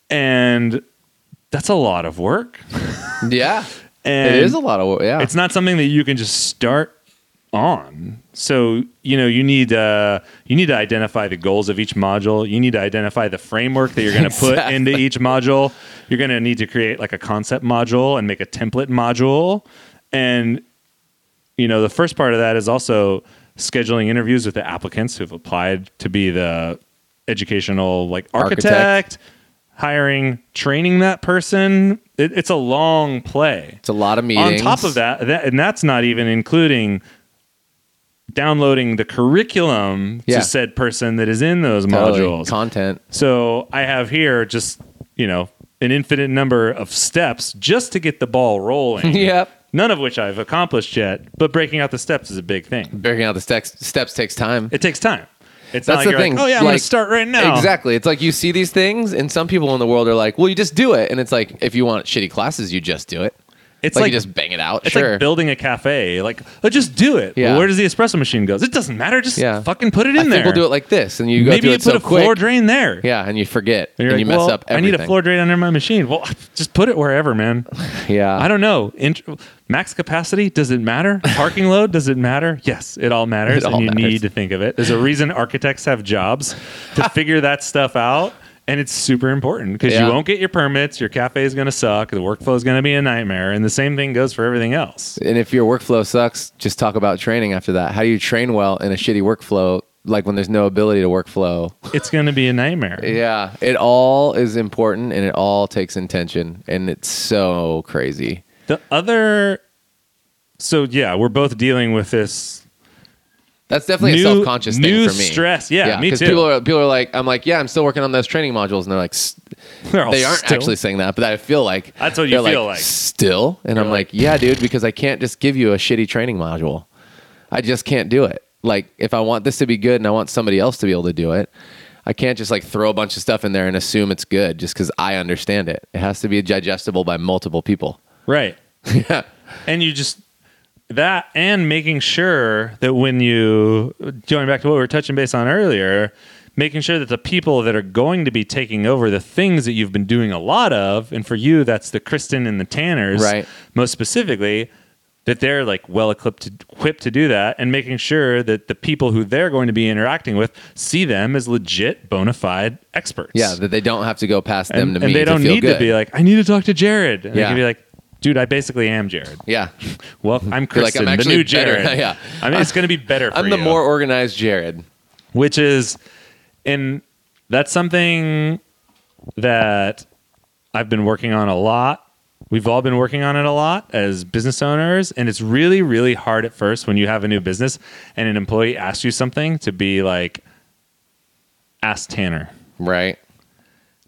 [SPEAKER 1] And that's a lot of work.
[SPEAKER 2] yeah,
[SPEAKER 1] And
[SPEAKER 2] it is a lot of wo- yeah.
[SPEAKER 1] it's not something that you can just start on. So you know you need uh, you need to identify the goals of each module. You need to identify the framework that you're going to put
[SPEAKER 2] Exactly.
[SPEAKER 1] into each module. You're going to need to create like a concept module and make a template module. And you know the first part of that is also scheduling interviews with the applicants who've applied to be the educational like
[SPEAKER 2] Architect.
[SPEAKER 1] architect hiring, training that person. It, it's a long play.
[SPEAKER 2] it's a lot of meetings.
[SPEAKER 1] On top of that, that, and that's not even including downloading the curriculum
[SPEAKER 2] Yeah.
[SPEAKER 1] to said person that is in those
[SPEAKER 2] Totally.
[SPEAKER 1] modules.
[SPEAKER 2] content,
[SPEAKER 1] so I have here just, you know, an infinite number of steps just to get the ball rolling.
[SPEAKER 2] (laughs) Yep.
[SPEAKER 1] None of which I've accomplished yet, but breaking out the steps is a big thing.
[SPEAKER 2] breaking out the steps steps takes time.
[SPEAKER 1] It takes time. It's
[SPEAKER 2] That's
[SPEAKER 1] not like
[SPEAKER 2] the
[SPEAKER 1] you're
[SPEAKER 2] thing.
[SPEAKER 1] like, oh yeah, I'm going
[SPEAKER 2] like-
[SPEAKER 1] to start right now.
[SPEAKER 2] Exactly. It's like you see these things, and some people in the world are like, "Well, you just do it," and it's like if you want shitty classes, you just do it.
[SPEAKER 1] It's
[SPEAKER 2] like,
[SPEAKER 1] like
[SPEAKER 2] you just bang it out.
[SPEAKER 1] It's
[SPEAKER 2] sure.
[SPEAKER 1] like building a cafe. Like, let's just do it.
[SPEAKER 2] Yeah.
[SPEAKER 1] Where does the espresso machine goes? It doesn't matter. Just
[SPEAKER 2] Yeah.
[SPEAKER 1] fucking put it in
[SPEAKER 2] I
[SPEAKER 1] there.
[SPEAKER 2] think we'll do it like this, and you go
[SPEAKER 1] Maybe
[SPEAKER 2] through
[SPEAKER 1] you
[SPEAKER 2] it
[SPEAKER 1] put
[SPEAKER 2] so
[SPEAKER 1] a
[SPEAKER 2] quick.
[SPEAKER 1] floor drain there.
[SPEAKER 2] Yeah, and you forget, and,
[SPEAKER 1] you're
[SPEAKER 2] you
[SPEAKER 1] like,
[SPEAKER 2] mess
[SPEAKER 1] well,
[SPEAKER 2] up everything.
[SPEAKER 1] I need a floor drain under my machine. Well, (laughs) just put it wherever, man.
[SPEAKER 2] (laughs) Yeah,
[SPEAKER 1] I don't know. Int- max capacity does it matter?
[SPEAKER 2] (laughs)
[SPEAKER 1] Parking load does it matter? Yes, it all matters,
[SPEAKER 2] It all
[SPEAKER 1] and you
[SPEAKER 2] matters.
[SPEAKER 1] need to think of it. There's a reason architects have jobs
[SPEAKER 2] (laughs)
[SPEAKER 1] to figure that stuff out, and it's super important because
[SPEAKER 2] Yeah.
[SPEAKER 1] you won't get your permits. Your cafe is going to suck. The workflow is going to be a nightmare, and the same thing goes for everything
[SPEAKER 2] (laughs)
[SPEAKER 1] else.
[SPEAKER 2] And if your workflow sucks, just talk about training after that. How do you train well in a shitty workflow? Like when there's no ability to workflow.
[SPEAKER 1] It's going to be a nightmare.
[SPEAKER 2] Yeah, it all is important, and it all takes intention, and it's so crazy.
[SPEAKER 1] The other, so yeah, we're both dealing with this
[SPEAKER 2] That's definitely
[SPEAKER 1] new
[SPEAKER 2] a self-conscious
[SPEAKER 1] new
[SPEAKER 2] thing for me.
[SPEAKER 1] stress. Yeah, me
[SPEAKER 2] because
[SPEAKER 1] too.
[SPEAKER 2] people are people are like, I'm like, yeah, I'm still working on those training modules, and they're like, "S-
[SPEAKER 1] They're all
[SPEAKER 2] they aren't
[SPEAKER 1] Oh, still-
[SPEAKER 2] actually saying that, but I feel like
[SPEAKER 1] That's what you
[SPEAKER 2] they're
[SPEAKER 1] feel like.
[SPEAKER 2] still, and I'm like, yeah, dude, because I can't just give you a shitty training module. I just can't do it. Like, if I want this to be good and I want somebody else to be able to do it, I can't just like throw a bunch of stuff in there and assume it's good just because I understand it. It has to be digestible by multiple people. (laughs)
[SPEAKER 1] Right. And you just that and making sure that when you going back to what we were touching base on earlier, making sure that the people that are going to be taking over the things that you've been doing a lot of, and for you that's the Kristen and the Tanners
[SPEAKER 2] Right.
[SPEAKER 1] most specifically, that they're like well equipped to, equipped to do that and making sure that the people who they're going to be interacting with see them as legit bona fide experts
[SPEAKER 2] Yeah, that they don't have to go past them
[SPEAKER 1] and,
[SPEAKER 2] to
[SPEAKER 1] and
[SPEAKER 2] me.
[SPEAKER 1] they
[SPEAKER 2] to
[SPEAKER 1] don't
[SPEAKER 2] feel
[SPEAKER 1] need
[SPEAKER 2] good.
[SPEAKER 1] to be like, I need to talk to Jared. And
[SPEAKER 2] Yeah.
[SPEAKER 1] They can be like, dude, I basically am Jared.
[SPEAKER 2] yeah,
[SPEAKER 1] Well, I'm
[SPEAKER 2] You're like,
[SPEAKER 1] Kristen,
[SPEAKER 2] "I'm
[SPEAKER 1] the
[SPEAKER 2] actually
[SPEAKER 1] new
[SPEAKER 2] better." (laughs)
[SPEAKER 1] Jared.
[SPEAKER 2] Yeah.
[SPEAKER 1] I mean, it's going to be better. For
[SPEAKER 2] (laughs) I'm the
[SPEAKER 1] you.
[SPEAKER 2] more organized Jared.
[SPEAKER 1] which is, and that's something that I've been working on a lot. We've all been working on it a lot as business owners, and it's really, really hard at first when you have a new business and an employee asks you something to be like, ask Tanner
[SPEAKER 2] Right.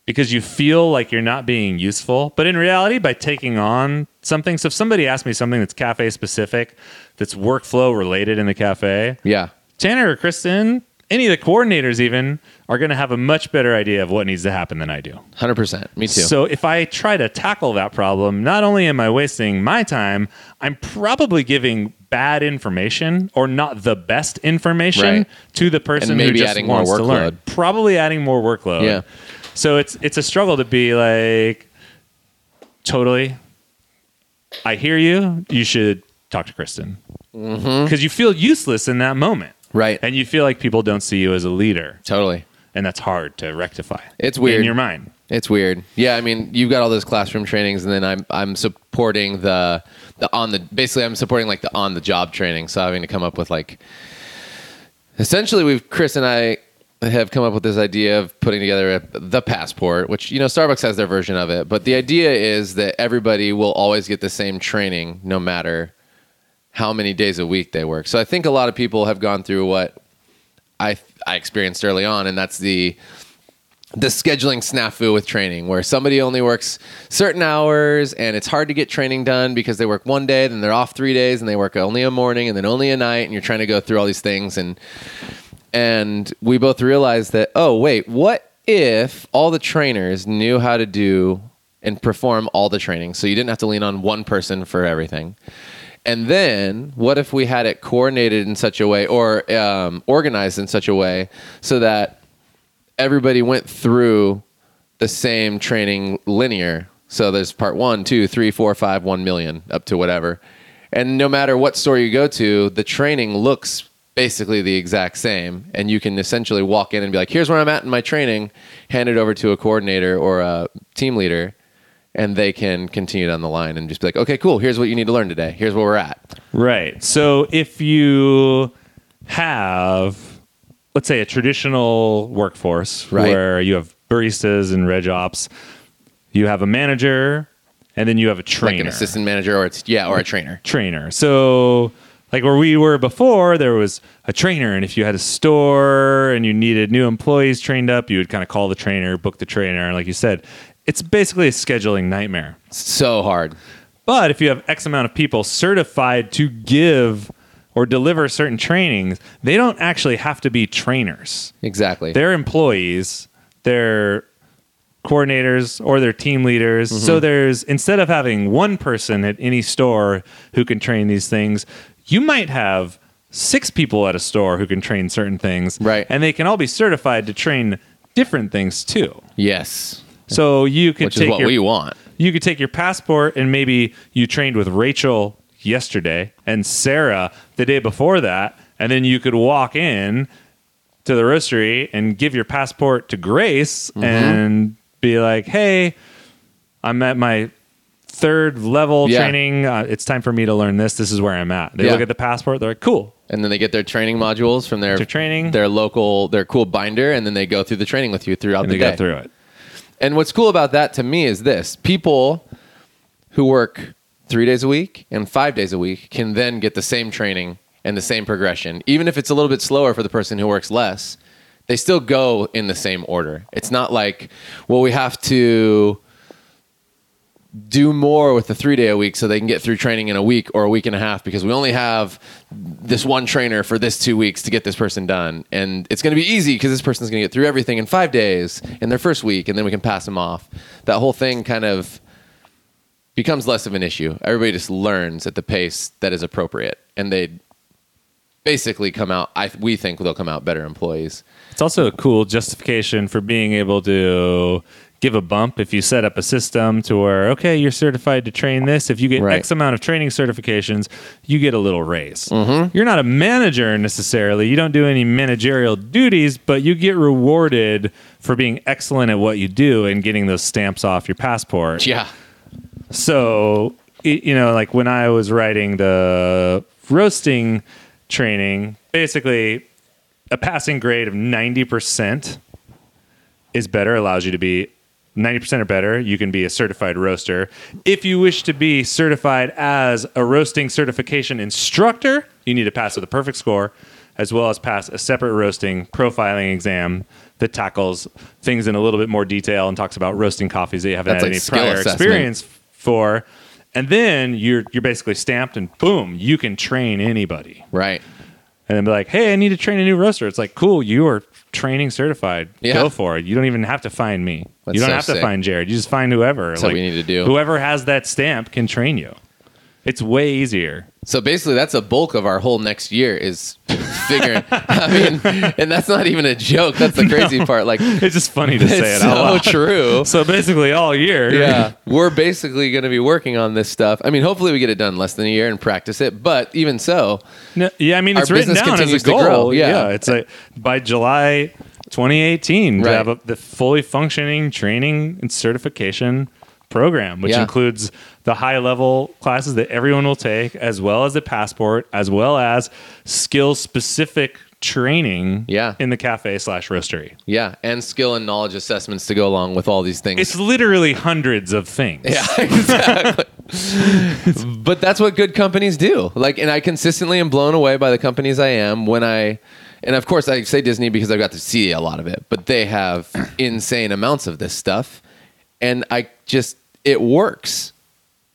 [SPEAKER 1] because you feel like you're not being useful. But in reality, by taking on something, so if somebody asks me something that's cafe specific, that's workflow related in the cafe,
[SPEAKER 2] Yeah.
[SPEAKER 1] Tanner or Kristen, any of the coordinators even, are going to have a much better idea of what needs to happen than I do.
[SPEAKER 2] Hundred percent. Me too.
[SPEAKER 1] So if I try to tackle that problem, not only am I wasting my time, I'm probably giving bad information or not the best information
[SPEAKER 2] Right.
[SPEAKER 1] to the person
[SPEAKER 2] And
[SPEAKER 1] who
[SPEAKER 2] maybe
[SPEAKER 1] just
[SPEAKER 2] adding more
[SPEAKER 1] wants to
[SPEAKER 2] workload.
[SPEAKER 1] learn. Probably adding more workload.
[SPEAKER 2] Yeah.
[SPEAKER 1] So it's it's a struggle to be like totally. I hear you. You should talk to Kristen because you feel useless in that moment,
[SPEAKER 2] Mm-hmm. Right.
[SPEAKER 1] And you feel like people don't see you as a leader,
[SPEAKER 2] totally.
[SPEAKER 1] and that's hard to rectify.
[SPEAKER 2] It's weird.
[SPEAKER 1] in your mind.
[SPEAKER 2] It's weird. Yeah, I mean, you've got all those classroom trainings, and then I'm I'm supporting the the on the basically I'm supporting like the on the job training. So having to come up with like essentially we've Chris and I have come up with this idea of putting together a, the passport, which you know Starbucks has their version of it, but the idea is that everybody will always get the same training no matter how many days a week they work. So I think a lot of people have gone through what I I experienced early on, and that's the the scheduling snafu with training where somebody only works certain hours and it's hard to get training done because they work one day then they're off 3 days and they work only a morning and then only a night and you're trying to go through all these things and and we both realized that oh wait what if all the trainers knew how to do and perform all the training so you didn't have to lean on one person for everything and then what if we had it coordinated in such a way or um, organized in such a way so that everybody went through the same training linear. So there's part one, two, three, four, five, one million, up to whatever. And no matter what store you go to, the training looks basically the exact same. And you can essentially walk in and be like, here's where I'm at in my training, hand it over to a coordinator or a team leader, and they can continue down the line and just be like, okay, cool, here's what you need to learn today. Here's where we're at.
[SPEAKER 1] Right. So if you have, let's say, a traditional workforce
[SPEAKER 2] Right.
[SPEAKER 1] where you have baristas and reg ops, you have a manager, and then you have a trainer.
[SPEAKER 2] Like an assistant manager or it's yeah, or a trainer.
[SPEAKER 1] Trainer. So like where we were before, there was a trainer, and if you had a store and you needed new employees trained up, you would kind of call the trainer, book the trainer, and like you said, it's basically a scheduling nightmare.
[SPEAKER 2] So hard.
[SPEAKER 1] But if you have X amount of people certified to give or deliver certain trainings, they don't actually have to be trainers.
[SPEAKER 2] Exactly.
[SPEAKER 1] They're employees. They're coordinators or their team leaders.
[SPEAKER 2] Mm-hmm.
[SPEAKER 1] So there's instead of having one person at any store who can train these things, you might have six people at a store who can train certain things.
[SPEAKER 2] Right.
[SPEAKER 1] And they can all be certified to train different things too.
[SPEAKER 2] Yes.
[SPEAKER 1] So you could
[SPEAKER 2] Which
[SPEAKER 1] take
[SPEAKER 2] is what
[SPEAKER 1] your,
[SPEAKER 2] we want.
[SPEAKER 1] you could take your passport and maybe you trained with Rachel yesterday and Sarah the day before that, and then you could walk in to the roastery and give your passport to Grace
[SPEAKER 2] Mm-hmm.
[SPEAKER 1] and be like, "Hey, I'm at my third level
[SPEAKER 2] Yeah.
[SPEAKER 1] training. Uh, it's time for me to learn this. This is where I'm at." They
[SPEAKER 2] Yeah.
[SPEAKER 1] look at the passport. They're like, "Cool."
[SPEAKER 2] And then they get their training modules from their,
[SPEAKER 1] Their training.
[SPEAKER 2] their local, their cool binder, and then they go through the training with you throughout
[SPEAKER 1] And
[SPEAKER 2] the
[SPEAKER 1] they
[SPEAKER 2] day.
[SPEAKER 1] go through it.
[SPEAKER 2] And what's cool about that to me is this people who work three days a week and five days a week can then get the same training and the same progression. Even if it's a little bit slower for the person who works less, they still go in the same order. It's not like, well, we have to do more with the three day a week so they can get through training in a week or a week and a half because we only have this one trainer for this two weeks to get this person done. And it's going to be easy because this person's going to get through everything in five days in their first week and then we can pass them off. That whole thing kind of becomes less of an issue. Everybody just learns at the pace that is appropriate and they basically come out, I, we think they'll come out better employees.
[SPEAKER 1] It's also a cool justification for being able to give a bump if you set up a system to where, okay, you're certified to train this. If you get
[SPEAKER 2] Right.
[SPEAKER 1] X amount of training certifications, you get a little raise.
[SPEAKER 2] Mm-hmm.
[SPEAKER 1] You're not a manager necessarily. You don't do any managerial duties, but you get rewarded for being excellent at what you do and getting those stamps off your passport.
[SPEAKER 2] Yeah.
[SPEAKER 1] So, it, you know, like when I was writing the roasting training, basically a passing grade of 90% is better, allows you to be 90% or better. You can be a certified roaster. If you wish to be certified as a roasting certification instructor, you need to pass with a perfect score, as well as pass a separate roasting profiling exam that tackles things in a little bit more detail and talks about roasting coffees that you haven't
[SPEAKER 2] That's
[SPEAKER 1] had
[SPEAKER 2] like
[SPEAKER 1] any
[SPEAKER 2] skill
[SPEAKER 1] prior
[SPEAKER 2] assessment.
[SPEAKER 1] experience for. And then you're you're basically stamped and boom, you can train anybody
[SPEAKER 2] Right.
[SPEAKER 1] and then be like, "Hey, I need to train a new roaster." It's like, "Cool, you are training certified.
[SPEAKER 2] Yeah.
[SPEAKER 1] Go for it. You don't even have to find me.
[SPEAKER 2] That's
[SPEAKER 1] you don't
[SPEAKER 2] so
[SPEAKER 1] have to
[SPEAKER 2] sick.
[SPEAKER 1] find Jared. You just find whoever.
[SPEAKER 2] what we need to do.
[SPEAKER 1] Whoever has that stamp can train you. It's way easier. (laughs)
[SPEAKER 2] So basically, that's a bulk of our whole next year is
[SPEAKER 1] (laughs)
[SPEAKER 2] figuring. I mean, and that's not even a joke. That's the crazy part. Like, (laughs) it's
[SPEAKER 1] It's just funny to say it out
[SPEAKER 2] so
[SPEAKER 1] loud. (laughs)
[SPEAKER 2] true.
[SPEAKER 1] So basically, all year,
[SPEAKER 2] Yeah, we're basically going to be working on this stuff. I mean, hopefully, we get it done in less than a year and practice it. But even so,
[SPEAKER 1] No, yeah. I mean,
[SPEAKER 2] Our
[SPEAKER 1] it's written
[SPEAKER 2] business
[SPEAKER 1] down as a
[SPEAKER 2] continues to
[SPEAKER 1] goal.
[SPEAKER 2] grow, yeah.
[SPEAKER 1] it's like by July 2018
[SPEAKER 2] Right.
[SPEAKER 1] to have a, the fully functioning training and certification program, which
[SPEAKER 2] Yeah.
[SPEAKER 1] includes the high level classes that everyone will take, as well as the passport, as well as skill specific training.
[SPEAKER 2] Yeah.
[SPEAKER 1] in the cafe slash roastery,
[SPEAKER 2] yeah, and skill and knowledge assessments to go along with all these things.
[SPEAKER 1] it's literally hundreds of things.
[SPEAKER 2] Yeah, (laughs) exactly. but that's what good companies do. Like, and I consistently am blown away by the companies I am when I, and of course I say Disney because I've got to see a lot of it, but they have (clears throat) insane amounts of this stuff. And I just, it works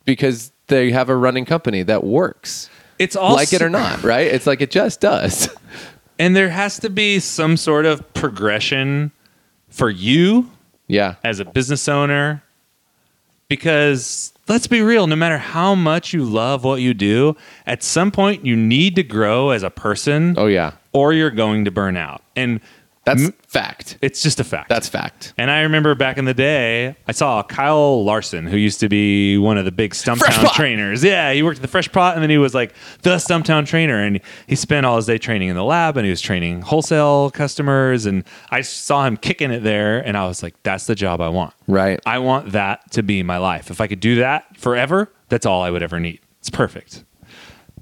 [SPEAKER 2] because they have a running company that works.
[SPEAKER 1] It's all
[SPEAKER 2] like it or not, right? It's like it just does. (laughs)
[SPEAKER 1] and there has to be some sort of progression for you
[SPEAKER 2] yeah.
[SPEAKER 1] as a business owner because let's be real no matter how much you love what you do at some point you need to grow as a person
[SPEAKER 2] Oh, yeah.
[SPEAKER 1] or you're going to burn out and
[SPEAKER 2] That's fact.
[SPEAKER 1] it's just a fact
[SPEAKER 2] That's fact.
[SPEAKER 1] and I remember back in the day, I saw Kyle Larson, who used to be one of the big
[SPEAKER 2] Fresh
[SPEAKER 1] Stumptown
[SPEAKER 2] Pot.
[SPEAKER 1] trainers. Yeah, he worked at the Fresh Pot, and then he was like the Stumptown trainer, and he spent all his day training in the lab, and he was training wholesale customers. And I saw him kicking it there, and I was like, "That's the job I want.
[SPEAKER 2] Right.
[SPEAKER 1] I want that to be my life. If I could do that forever, that's all I would ever need. It's perfect."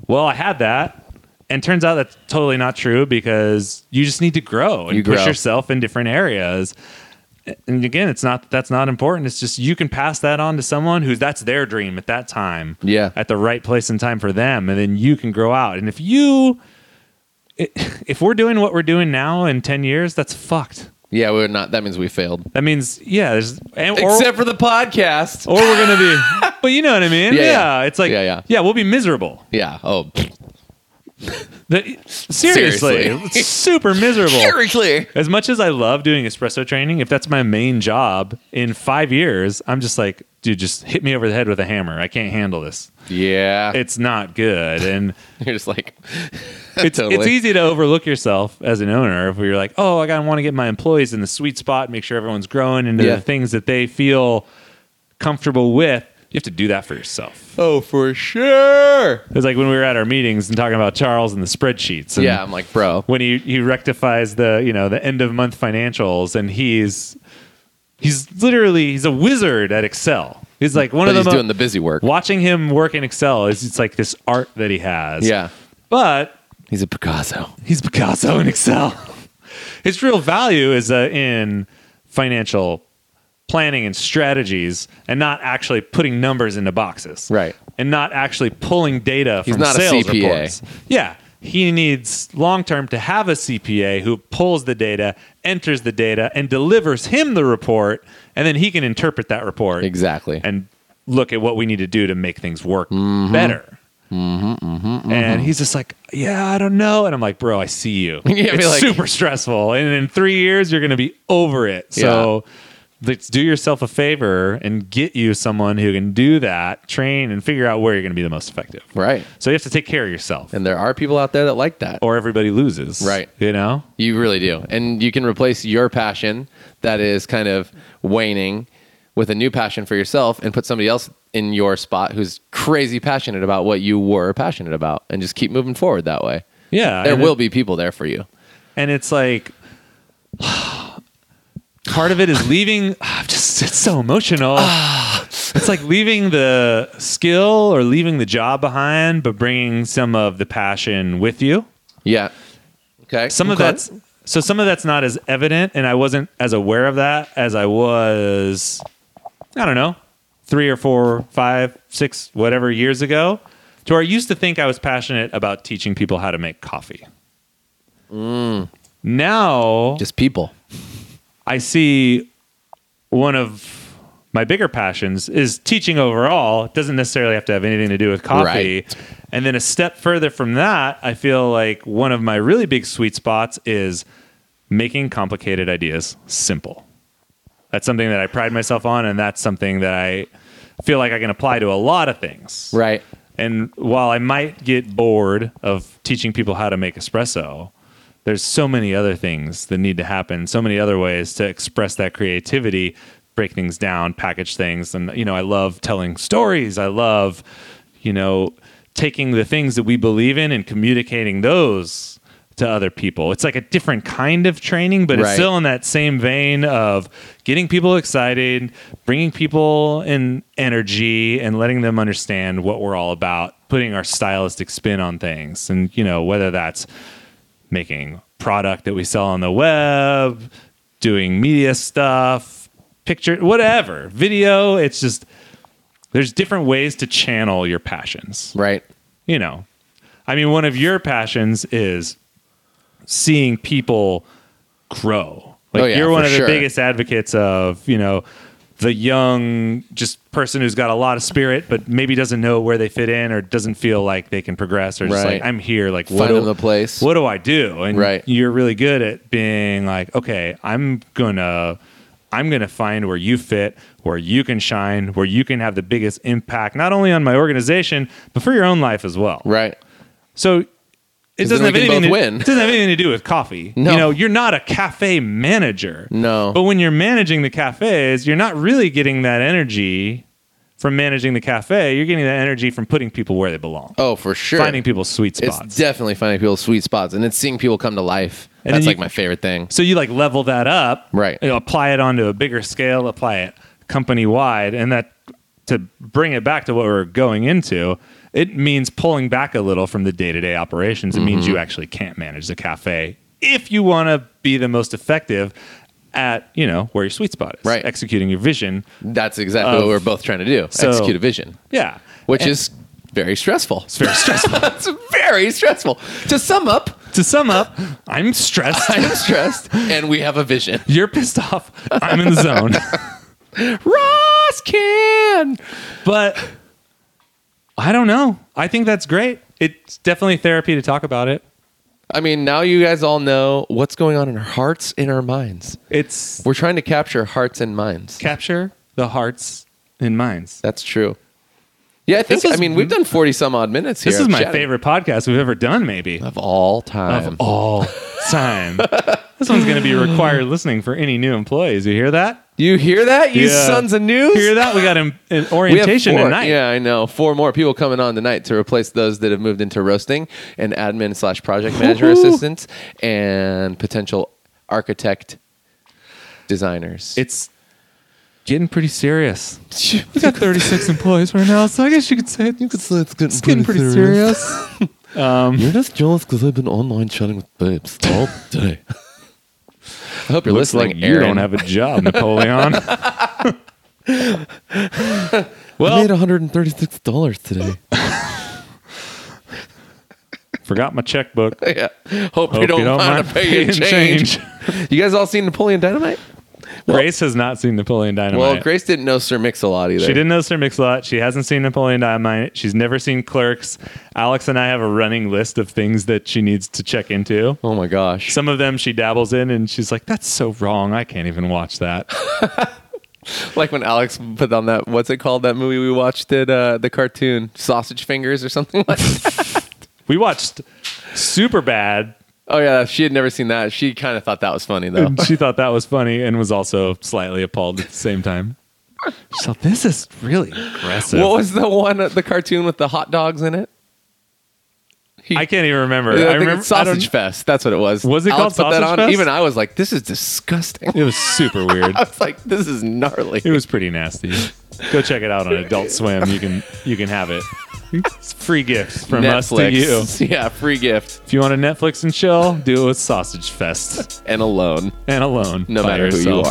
[SPEAKER 1] Well, I had that. And turns out that's totally not true because you just need to grow and
[SPEAKER 2] You
[SPEAKER 1] push
[SPEAKER 2] grow.
[SPEAKER 1] yourself in different areas and again, it's not that's not important. It's just you can pass that on to someone who's that's their dream at that time.
[SPEAKER 2] Yeah.
[SPEAKER 1] At the right place and time for them, and then you can grow out. And if you i- if we're doing what we're doing now in 10 years, that's fucked.
[SPEAKER 2] Yeah, we're not. That means we failed.
[SPEAKER 1] That means yeah, there's and, or,
[SPEAKER 2] Except for the podcast.
[SPEAKER 1] or we're going to be (laughs) But you know what I mean?
[SPEAKER 2] Yeah, yeah.
[SPEAKER 1] It's like
[SPEAKER 2] Yeah, yeah.
[SPEAKER 1] we'll be miserable.
[SPEAKER 2] Yeah. Oh,
[SPEAKER 1] The, seriously,
[SPEAKER 2] Seriously.
[SPEAKER 1] it's (laughs) super
[SPEAKER 2] (laughs)
[SPEAKER 1] miserable.
[SPEAKER 2] Very clear.
[SPEAKER 1] As much as I love doing espresso training, if that's my main job in five years, I'm just like, dude, just hit me over the head with a hammer. I can't handle this.
[SPEAKER 2] Yeah.
[SPEAKER 1] It's not good. And
[SPEAKER 2] (laughs) You're just like, (laughs)
[SPEAKER 1] it's,
[SPEAKER 2] Totally.
[SPEAKER 1] it's easy to overlook yourself as an owner if you're like, oh, I gotta want to get my employees in the sweet spot, make sure everyone's growing into
[SPEAKER 2] Yeah.
[SPEAKER 1] the things that they feel comfortable with. You have to do that for yourself.
[SPEAKER 2] oh, for sure.
[SPEAKER 1] It's like when we were at our meetings and talking about Charles and the spreadsheets. And
[SPEAKER 2] Yeah, I'm like, bro.
[SPEAKER 1] When he, he rectifies the you know the end of month financials and he's he's literally he's a wizard at Excel. He's like one
[SPEAKER 2] But
[SPEAKER 1] of the
[SPEAKER 2] he's
[SPEAKER 1] mo-
[SPEAKER 2] doing the busy work.
[SPEAKER 1] watching him work in Excel is it's like this art that he has.
[SPEAKER 2] Yeah.
[SPEAKER 1] But
[SPEAKER 2] He's a Picasso.
[SPEAKER 1] He's Picasso in Excel. (laughs) His real value is uh, in financial planning and strategies and not actually putting numbers into boxes.
[SPEAKER 2] Right.
[SPEAKER 1] And not actually pulling data
[SPEAKER 2] He's
[SPEAKER 1] from
[SPEAKER 2] not a
[SPEAKER 1] sales
[SPEAKER 2] CPA.
[SPEAKER 1] reports. Yeah. He needs long term to have a CPA who pulls the data, enters the data, and delivers him the report, and then he can interpret that report
[SPEAKER 2] Exactly.
[SPEAKER 1] and look at what we need to do to make things work
[SPEAKER 2] Mm-hmm.
[SPEAKER 1] better. And he's just like, yeah, I don't know. And I'm like, bro, I see you.
[SPEAKER 2] (laughs) Yeah, be
[SPEAKER 1] it's
[SPEAKER 2] like-
[SPEAKER 1] super stressful. And in three years, you're going to be over it. So let's do yourself a favor and get you someone who can do that, train, and figure out where you're going to be the most effective.
[SPEAKER 2] Right.
[SPEAKER 1] So you have to take care of yourself,
[SPEAKER 2] And there are people out there that like that.
[SPEAKER 1] or everybody loses.
[SPEAKER 2] Right.
[SPEAKER 1] You know?
[SPEAKER 2] You really do. And you can replace your passion that is kind of waning with a new passion for yourself and put somebody else in your spot who's crazy passionate about what you were passionate about and just keep moving forward that way.
[SPEAKER 1] Yeah.
[SPEAKER 2] There
[SPEAKER 1] and
[SPEAKER 2] will be people there for you.
[SPEAKER 1] and it's like (sighs) part of it is leaving (sighs) I'm just it's so emotional it's like leaving the skill or leaving the job behind but bringing some of the passion with you
[SPEAKER 2] Yeah. Okay.
[SPEAKER 1] some of
[SPEAKER 2] Okay.
[SPEAKER 1] that's so some of that's not as evident and i wasn't as aware of that as i was i don't know three or four five six whatever years ago to where i used to think i was passionate about teaching people how to make coffee now
[SPEAKER 2] just people.
[SPEAKER 1] I see one of my bigger passions is teaching overall. It doesn't necessarily have to have anything to do with coffee.
[SPEAKER 2] Right.
[SPEAKER 1] And then a step further from that, I feel like one of my really big sweet spots is making complicated ideas simple. That's something that I pride myself on, and that's something that I feel like I can apply to a lot of things.
[SPEAKER 2] Right.
[SPEAKER 1] And while I might get bored of teaching people how to make espresso, there's so many other things that need to happen, so many other ways to express that creativity, break things down, package things. And, you know, I love telling stories. I love, you know, taking the things that we believe in and communicating those to other people. It's like a different kind of training, but
[SPEAKER 2] Right.
[SPEAKER 1] it's still in that same vein of getting people excited, bringing people in energy, and letting them understand what we're all about, putting our stylistic spin on things. And, you know, whether that's making product that we sell on the web, doing media stuff, picture, whatever, video, it's just, there's different ways to channel your passions
[SPEAKER 2] Right.
[SPEAKER 1] you know, I mean, one of your passions is seeing people grow. Like
[SPEAKER 2] Oh, yeah,
[SPEAKER 1] you're one
[SPEAKER 2] for
[SPEAKER 1] of the
[SPEAKER 2] sure.
[SPEAKER 1] biggest advocates of, you know, the young just person who's got a lot of spirit, but maybe doesn't know where they fit in or doesn't feel like they can progress or just
[SPEAKER 2] Right.
[SPEAKER 1] like I'm here. Like what
[SPEAKER 2] Find
[SPEAKER 1] do,
[SPEAKER 2] them the place.
[SPEAKER 1] What do I do? And
[SPEAKER 2] Right.
[SPEAKER 1] you're really good at being like, okay, I'm gonna. I'm going to find where you fit, where you can shine, where you can have the biggest impact, not only on my organization, but for your own life as well.
[SPEAKER 2] Right.
[SPEAKER 1] So it
[SPEAKER 2] then
[SPEAKER 1] doesn't
[SPEAKER 2] we
[SPEAKER 1] have
[SPEAKER 2] can
[SPEAKER 1] anything.
[SPEAKER 2] both
[SPEAKER 1] To,
[SPEAKER 2] win.
[SPEAKER 1] It doesn't have anything to do with coffee.
[SPEAKER 2] No.
[SPEAKER 1] You know, you're not a cafe manager.
[SPEAKER 2] No.
[SPEAKER 1] But when you're managing the cafes, you're not really getting that energy from managing the cafe. You're getting that energy from putting people where they belong.
[SPEAKER 2] Oh, for sure.
[SPEAKER 1] Finding people's sweet
[SPEAKER 2] it's
[SPEAKER 1] spots.
[SPEAKER 2] definitely finding people's sweet spots and it's seeing people come to life.
[SPEAKER 1] And
[SPEAKER 2] That's
[SPEAKER 1] then you-
[SPEAKER 2] like my favorite thing.
[SPEAKER 1] so you like level that up,
[SPEAKER 2] Right.
[SPEAKER 1] You know, apply it onto a bigger scale, apply it company wide, and that to bring it back to what we're going into. It means pulling back a little from the day to day operations. It means
[SPEAKER 2] Mm-hmm.
[SPEAKER 1] you actually can't manage the cafe if you want to be the most effective at you know where your sweet spot is,
[SPEAKER 2] Right.
[SPEAKER 1] Executing your vision,
[SPEAKER 2] That's exactly what we're both trying to do.
[SPEAKER 1] Oh. So-
[SPEAKER 2] execute a vision,
[SPEAKER 1] yeah,
[SPEAKER 2] which is very stressful. (laughs)
[SPEAKER 1] it's very stressful.
[SPEAKER 2] That's very stressful. To sum up,
[SPEAKER 1] to sum up, I'm stressed.
[SPEAKER 2] I'm
[SPEAKER 1] (laughs)
[SPEAKER 2] stressed and we have a vision.
[SPEAKER 1] You're pissed off. I'm in the
[SPEAKER 2] (laughs)
[SPEAKER 1] zone.
[SPEAKER 2] Ross can.
[SPEAKER 1] but I don't know. I think that's great. it's definitely therapy to talk about it.
[SPEAKER 2] I mean, now you guys all know what's going on in our hearts, in our minds.
[SPEAKER 1] It's
[SPEAKER 2] We're trying to capture hearts and minds.
[SPEAKER 1] capture the hearts and minds.
[SPEAKER 2] That's true. Yeah, I think.
[SPEAKER 1] This
[SPEAKER 2] I
[SPEAKER 1] is-
[SPEAKER 2] mean, we've done forty some odd minutes here.
[SPEAKER 1] This is
[SPEAKER 2] of
[SPEAKER 1] my
[SPEAKER 2] chatting.
[SPEAKER 1] favorite podcast we've ever done, maybe
[SPEAKER 2] of all time.
[SPEAKER 1] of all (laughs) time. this one's going to be required listening for any new employees. You hear that?
[SPEAKER 2] you hear that, you
[SPEAKER 1] Yeah.
[SPEAKER 2] sons of news?
[SPEAKER 1] Hear that? We got an, an
[SPEAKER 2] We have
[SPEAKER 1] orientation
[SPEAKER 2] four-
[SPEAKER 1] tonight.
[SPEAKER 2] Yeah, I know. Four more people coming on tonight to replace those that have moved into roasting and admin slash project manager assistants and potential architect designers.
[SPEAKER 1] It's getting pretty serious.
[SPEAKER 2] (laughs)
[SPEAKER 1] We got (laughs) 36 employees right now, so I guess you could say it. You could
[SPEAKER 2] it's getting,
[SPEAKER 1] It's getting pretty serious.
[SPEAKER 2] You're just jealous because I've been online chatting with babes all day. (laughs) I hope you're
[SPEAKER 1] Looks
[SPEAKER 2] listening,
[SPEAKER 1] like you
[SPEAKER 2] Aaron.
[SPEAKER 1] don't have a job,
[SPEAKER 2] (laughs)
[SPEAKER 1] Napoleon.
[SPEAKER 2] I
[SPEAKER 1] well,
[SPEAKER 2] made $136 today.
[SPEAKER 1] forgot my checkbook.
[SPEAKER 2] (laughs) yeah. Hope,
[SPEAKER 1] Hope
[SPEAKER 2] you don't, mind, paying change.
[SPEAKER 1] change.
[SPEAKER 2] (laughs) You guys all seen Napoleon Dynamite?
[SPEAKER 1] Grace has not seen Napoleon Dynamite.
[SPEAKER 2] Well, Grace didn't know Sir Mix-a-Lot either.
[SPEAKER 1] She didn't know Sir Mix-a-Lot. She hasn't seen Napoleon Dynamite. She's never seen Clerks. Alex and I have a running list of things that she needs to check into.
[SPEAKER 2] Oh my gosh.
[SPEAKER 1] Some of them she dabbles in, and she's like, "That's so wrong. I can't even watch that."
[SPEAKER 2] like when Alex put on that what's it called that movie we watched it uh, the cartoon Sausage Fingers or something
[SPEAKER 1] (laughs)
[SPEAKER 2] like that.
[SPEAKER 1] We watched Super Bad,
[SPEAKER 2] oh yeah, she had never seen that. She kind of thought that was funny though.
[SPEAKER 1] and she thought that was funny, and was also slightly appalled at the same time. She's like, "This is really aggressive."
[SPEAKER 2] what was the one the cartoon with the hot dogs in it?
[SPEAKER 1] I can't even remember.
[SPEAKER 2] I,
[SPEAKER 1] I,
[SPEAKER 2] think
[SPEAKER 1] remember
[SPEAKER 2] it's
[SPEAKER 1] I don't-
[SPEAKER 2] Sausage Fest. That's what it was.
[SPEAKER 1] Was it
[SPEAKER 2] Alex
[SPEAKER 1] called
[SPEAKER 2] put that
[SPEAKER 1] Sausage
[SPEAKER 2] on.
[SPEAKER 1] Fest?
[SPEAKER 2] Even I was like, this is disgusting. (laughs)
[SPEAKER 1] It was super weird.
[SPEAKER 2] I was like, this is gnarly.
[SPEAKER 1] It was pretty nasty. Go check it out on Adult Swim. You can you can have it. It's free gifts from us to you.
[SPEAKER 2] Netflix. (laughs) Yeah, free gift
[SPEAKER 1] If you want to Netflix and chill, do it with Sausage Fest
[SPEAKER 2] and alone,
[SPEAKER 1] and alone.
[SPEAKER 2] no
[SPEAKER 1] by
[SPEAKER 2] matter
[SPEAKER 1] yourself.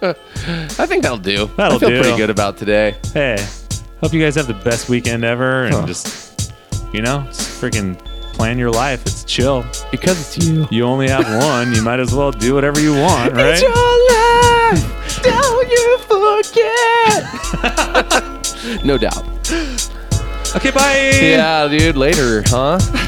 [SPEAKER 2] who you are. (laughs) I think that'll do. I
[SPEAKER 1] That'll
[SPEAKER 2] feel
[SPEAKER 1] do.
[SPEAKER 2] pretty good about today.
[SPEAKER 1] Hey, hope you guys have the best weekend ever and just you know, just freaking plan your life. It's chill.
[SPEAKER 2] Because it's you.
[SPEAKER 1] You only have one. You might as well do whatever you want,
[SPEAKER 2] It's your
[SPEAKER 1] right?
[SPEAKER 2] life. Don't you forget. (laughs) no doubt.
[SPEAKER 1] Okay, bye.
[SPEAKER 2] Yeah, dude. Later, huh?